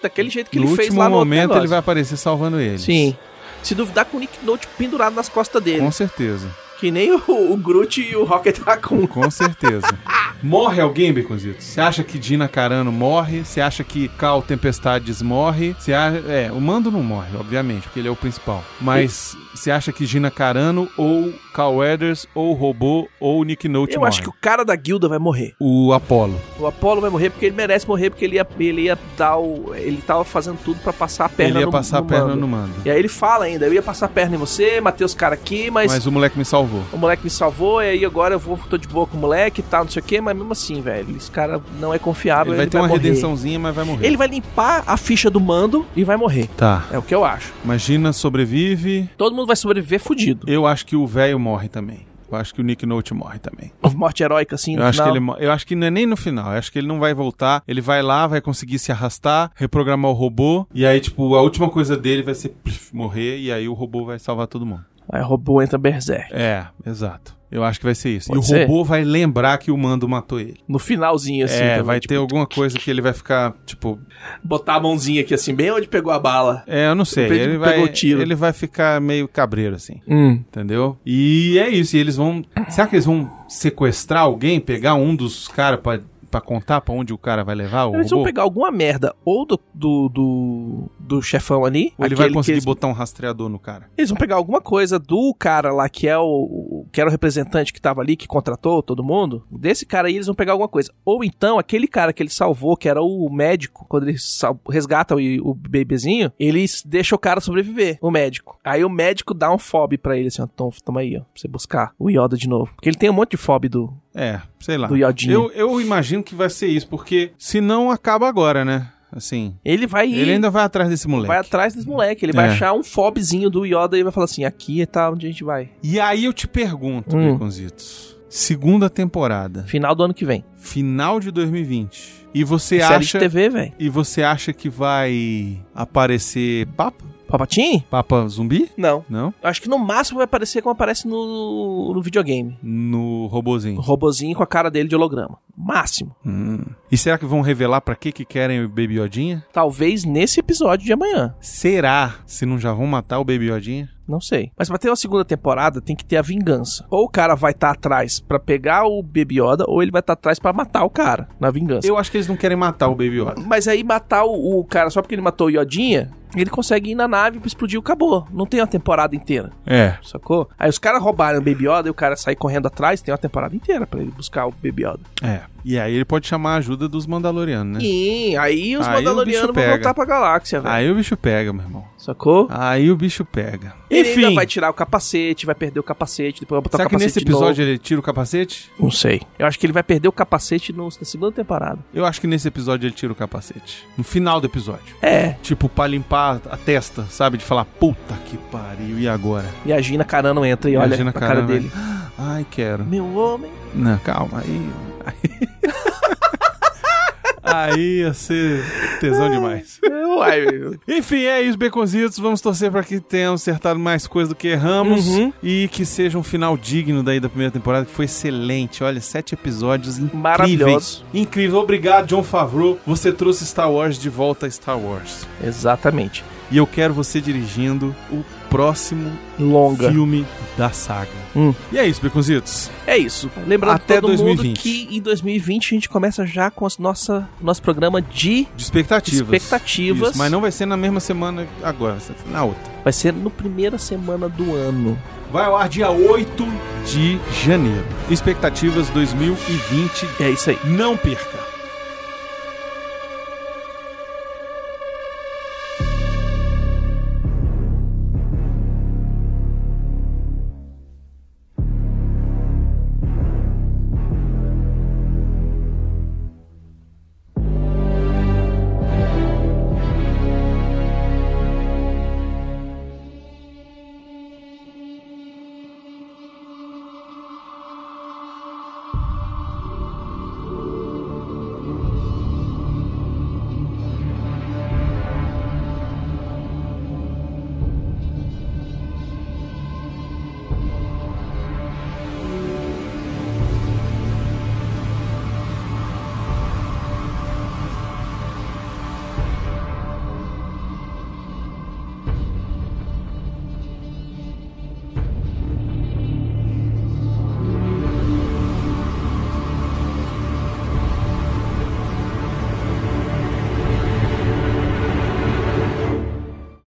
Speaker 2: daquele jeito que
Speaker 1: no
Speaker 2: ele
Speaker 1: último
Speaker 2: fez lá no outro
Speaker 1: momento ele
Speaker 2: negócio.
Speaker 1: vai aparecer Hum. salvando eles.
Speaker 2: Sim. Se duvidar com o Nick Note pendurado nas costas dele.
Speaker 1: Com certeza.
Speaker 2: Que nem o, o Groot e o Rocket tá Raccoon.
Speaker 1: Com certeza. morre alguém, Baconzitos? Você acha que Dina Carano morre? Você acha que Cal Tempestades morre? Você acha... É, o Mando não morre, obviamente, porque ele é o principal. Mas você acha que Gina Carano ou Cal Weathers ou Robô ou Nick Note
Speaker 2: Eu
Speaker 1: morre?
Speaker 2: acho que o cara da guilda vai morrer.
Speaker 1: o Apollo.
Speaker 2: O Apollo vai morrer porque ele merece morrer, porque ele ia, ele ia dar o. Ele tava fazendo tudo pra passar a perna
Speaker 1: Ele ia
Speaker 2: no-
Speaker 1: passar
Speaker 2: no
Speaker 1: a perna
Speaker 2: Mando.
Speaker 1: no Mando.
Speaker 2: E aí ele fala ainda, eu ia passar a perna em você, matei os caras aqui, mas,
Speaker 1: Mas... o moleque me salvou.
Speaker 2: o moleque me salvou, e aí agora eu vou, tô de boa com o moleque e tal, não sei o quê, mas mesmo assim, velho, esse cara não é confiável,
Speaker 1: Ele vai ter uma
Speaker 2: morrer.
Speaker 1: redençãozinha, mas vai morrer.
Speaker 2: Ele vai limpar a ficha do mando e vai morrer.
Speaker 1: Tá.
Speaker 2: É o que eu acho.
Speaker 1: Imagina, sobrevive.
Speaker 2: Todo mundo vai sobreviver fudido.
Speaker 1: Eu acho que o velho morre também. Eu acho que o Nick Note morre também.
Speaker 2: Morte heróica, assim,
Speaker 1: Eu
Speaker 2: no
Speaker 1: acho, que
Speaker 2: final.
Speaker 1: ele, mo- eu acho que não é nem no final. Eu acho que ele não vai voltar. Ele vai lá, vai conseguir se arrastar, reprogramar o robô. E aí, tipo, a última coisa dele vai ser plif, morrer. E aí o robô vai salvar todo mundo.
Speaker 2: Aí o robô entra Berserk.
Speaker 1: É, exato. Eu acho que vai ser isso.
Speaker 2: Pode
Speaker 1: e o
Speaker 2: ser?
Speaker 1: robô vai lembrar que o mando matou ele.
Speaker 2: No finalzinho, assim.
Speaker 1: é,
Speaker 2: também,
Speaker 1: vai
Speaker 2: tipo,
Speaker 1: ter alguma coisa que ele vai ficar, tipo.
Speaker 2: Botar a mãozinha aqui, assim, bem onde pegou a bala.
Speaker 1: É, eu não sei.
Speaker 2: Depende
Speaker 1: Ele
Speaker 2: do que
Speaker 1: vai,
Speaker 2: pegou o tiro.
Speaker 1: ele vai ficar meio cabreiro, assim.
Speaker 2: Hum.
Speaker 1: Entendeu? E é isso. E eles vão. Será que eles vão sequestrar alguém? Pegar um dos caras pra, pra contar pra onde o cara vai levar? O
Speaker 2: Eles
Speaker 1: robô?
Speaker 2: vão pegar alguma merda ou do do, do, do chefão ali.
Speaker 1: Ou ele
Speaker 2: aquele
Speaker 1: vai
Speaker 2: que
Speaker 1: conseguir
Speaker 2: eles,
Speaker 1: botar um rastreador no cara?
Speaker 2: eles vão pegar alguma coisa do cara lá que é o, o- que era o representante que tava ali, que contratou todo mundo. Desse cara aí eles vão pegar alguma coisa. Ou então aquele cara que ele salvou, que era o médico, quando ele sal- resgata o, o bebezinho, eles deixam o cara sobreviver, o médico. Aí o médico dá um fob pra ele, assim, ó, "Tom, toma aí, ó, pra você buscar o Yoda de novo. Porque ele tem um monte de fob do...
Speaker 1: É, sei lá.
Speaker 2: Do iodinho.
Speaker 1: Eu, eu imagino que vai ser isso, porque se não acaba agora, né? Assim.
Speaker 2: Ele vai ir...
Speaker 1: Ele ainda vai atrás desse moleque.
Speaker 2: Vai atrás desse moleque, ele vai
Speaker 1: É.
Speaker 2: achar um fobzinho do Yoda e vai falar assim: aqui tá onde a gente vai.
Speaker 1: E aí eu te pergunto,
Speaker 2: Hum.
Speaker 1: Baconzitos. Segunda temporada,
Speaker 2: Final do ano que vem.
Speaker 1: final de 2020. E você
Speaker 2: Série
Speaker 1: acha.
Speaker 2: de TV, velho.
Speaker 1: E você acha que vai aparecer Papa?
Speaker 2: Papatim?
Speaker 1: Papa zumbi?
Speaker 2: Não.
Speaker 1: Não?
Speaker 2: Eu acho que no máximo vai aparecer como aparece no, no videogame.
Speaker 1: No
Speaker 2: O
Speaker 1: robozinho.
Speaker 2: robozinho com a cara dele de holograma. Máximo.
Speaker 1: Hum. E será que vão revelar pra que que querem o Baby Yodinha?
Speaker 2: Talvez nesse episódio de amanhã.
Speaker 1: Será? Se não já vão matar o Baby Yodinha?
Speaker 2: Não sei. Mas pra ter uma segunda temporada, tem que ter a vingança. Ou o cara vai estar atrás pra pegar o Baby Yoda, ou ele vai estar atrás pra matar o cara na vingança.
Speaker 1: Eu acho que eles não querem matar o Baby Yoda.
Speaker 2: Mas aí matar o, o cara só porque ele matou o Iodinha, ele consegue ir na nave pra explodir o cabô. Não tem uma temporada inteira,
Speaker 1: É.
Speaker 2: sacou? Aí os caras roubaram o Baby Yoda e o cara sai correndo atrás, tem uma temporada inteira pra ele buscar o Baby Yoda.
Speaker 1: É. E aí ele pode chamar a ajuda dos Mandalorianos, né?
Speaker 2: E
Speaker 1: Aí
Speaker 2: aí os
Speaker 1: o bicho
Speaker 2: Mandalorianos vão
Speaker 1: pega.
Speaker 2: voltar pra galáxia, velho.
Speaker 1: Aí o bicho pega, meu irmão.
Speaker 2: Sacou?
Speaker 1: Aí o bicho pega.
Speaker 2: Ele ainda
Speaker 1: Enfim.
Speaker 2: vai tirar o capacete, vai perder o capacete, depois vai botar
Speaker 1: Será
Speaker 2: o
Speaker 1: que
Speaker 2: capacete
Speaker 1: nesse
Speaker 2: de novo.
Speaker 1: episódio ele tira o capacete?
Speaker 2: Não sei. Eu acho que ele vai perder o capacete no- na segunda temporada.
Speaker 1: Eu acho que nesse episódio ele tira o capacete. No final do episódio.
Speaker 2: É,
Speaker 1: Tipo, pra limpar a testa, sabe? De falar, puta que pariu, e agora?
Speaker 2: e a Gina Carano entra e,
Speaker 1: E a
Speaker 2: olha
Speaker 1: Gina
Speaker 2: pra cara
Speaker 1: Carano, né?
Speaker 2: dele.
Speaker 1: Ai, quero.
Speaker 2: Meu homem.
Speaker 1: Não, calma, aí. Aí, aí ia ser tesão demais.
Speaker 2: Uai, meu.
Speaker 1: Enfim, é isso, Beconzitos. Vamos torcer para que tenham acertado mais coisa do que erramos.
Speaker 2: Uhum.
Speaker 1: E que seja um final digno daí da primeira temporada, que foi excelente. Olha, sete episódios incríveis.
Speaker 2: Maravilhoso.
Speaker 1: Incrível. Obrigado, John Favreau. Você trouxe Star Wars de volta a Star Wars.
Speaker 2: Exatamente.
Speaker 1: E eu quero você dirigindo o próximo
Speaker 2: Longa.
Speaker 1: filme da saga.
Speaker 2: Hum.
Speaker 1: E é isso, Beconzitos.
Speaker 2: É isso. Lembrando
Speaker 1: Até
Speaker 2: todo
Speaker 1: 2020.
Speaker 2: mundo que em 2020 a gente começa já com as nossa, nosso programa de
Speaker 1: De expectativas.
Speaker 2: expectativas.
Speaker 1: Isso, mas não vai ser na mesma semana agora, vai ser na outra.
Speaker 2: Vai ser no primeira semana do ano.
Speaker 1: Vai ao ar dia 8 de janeiro. Expectativas 2020.
Speaker 2: É isso aí.
Speaker 1: Não perca!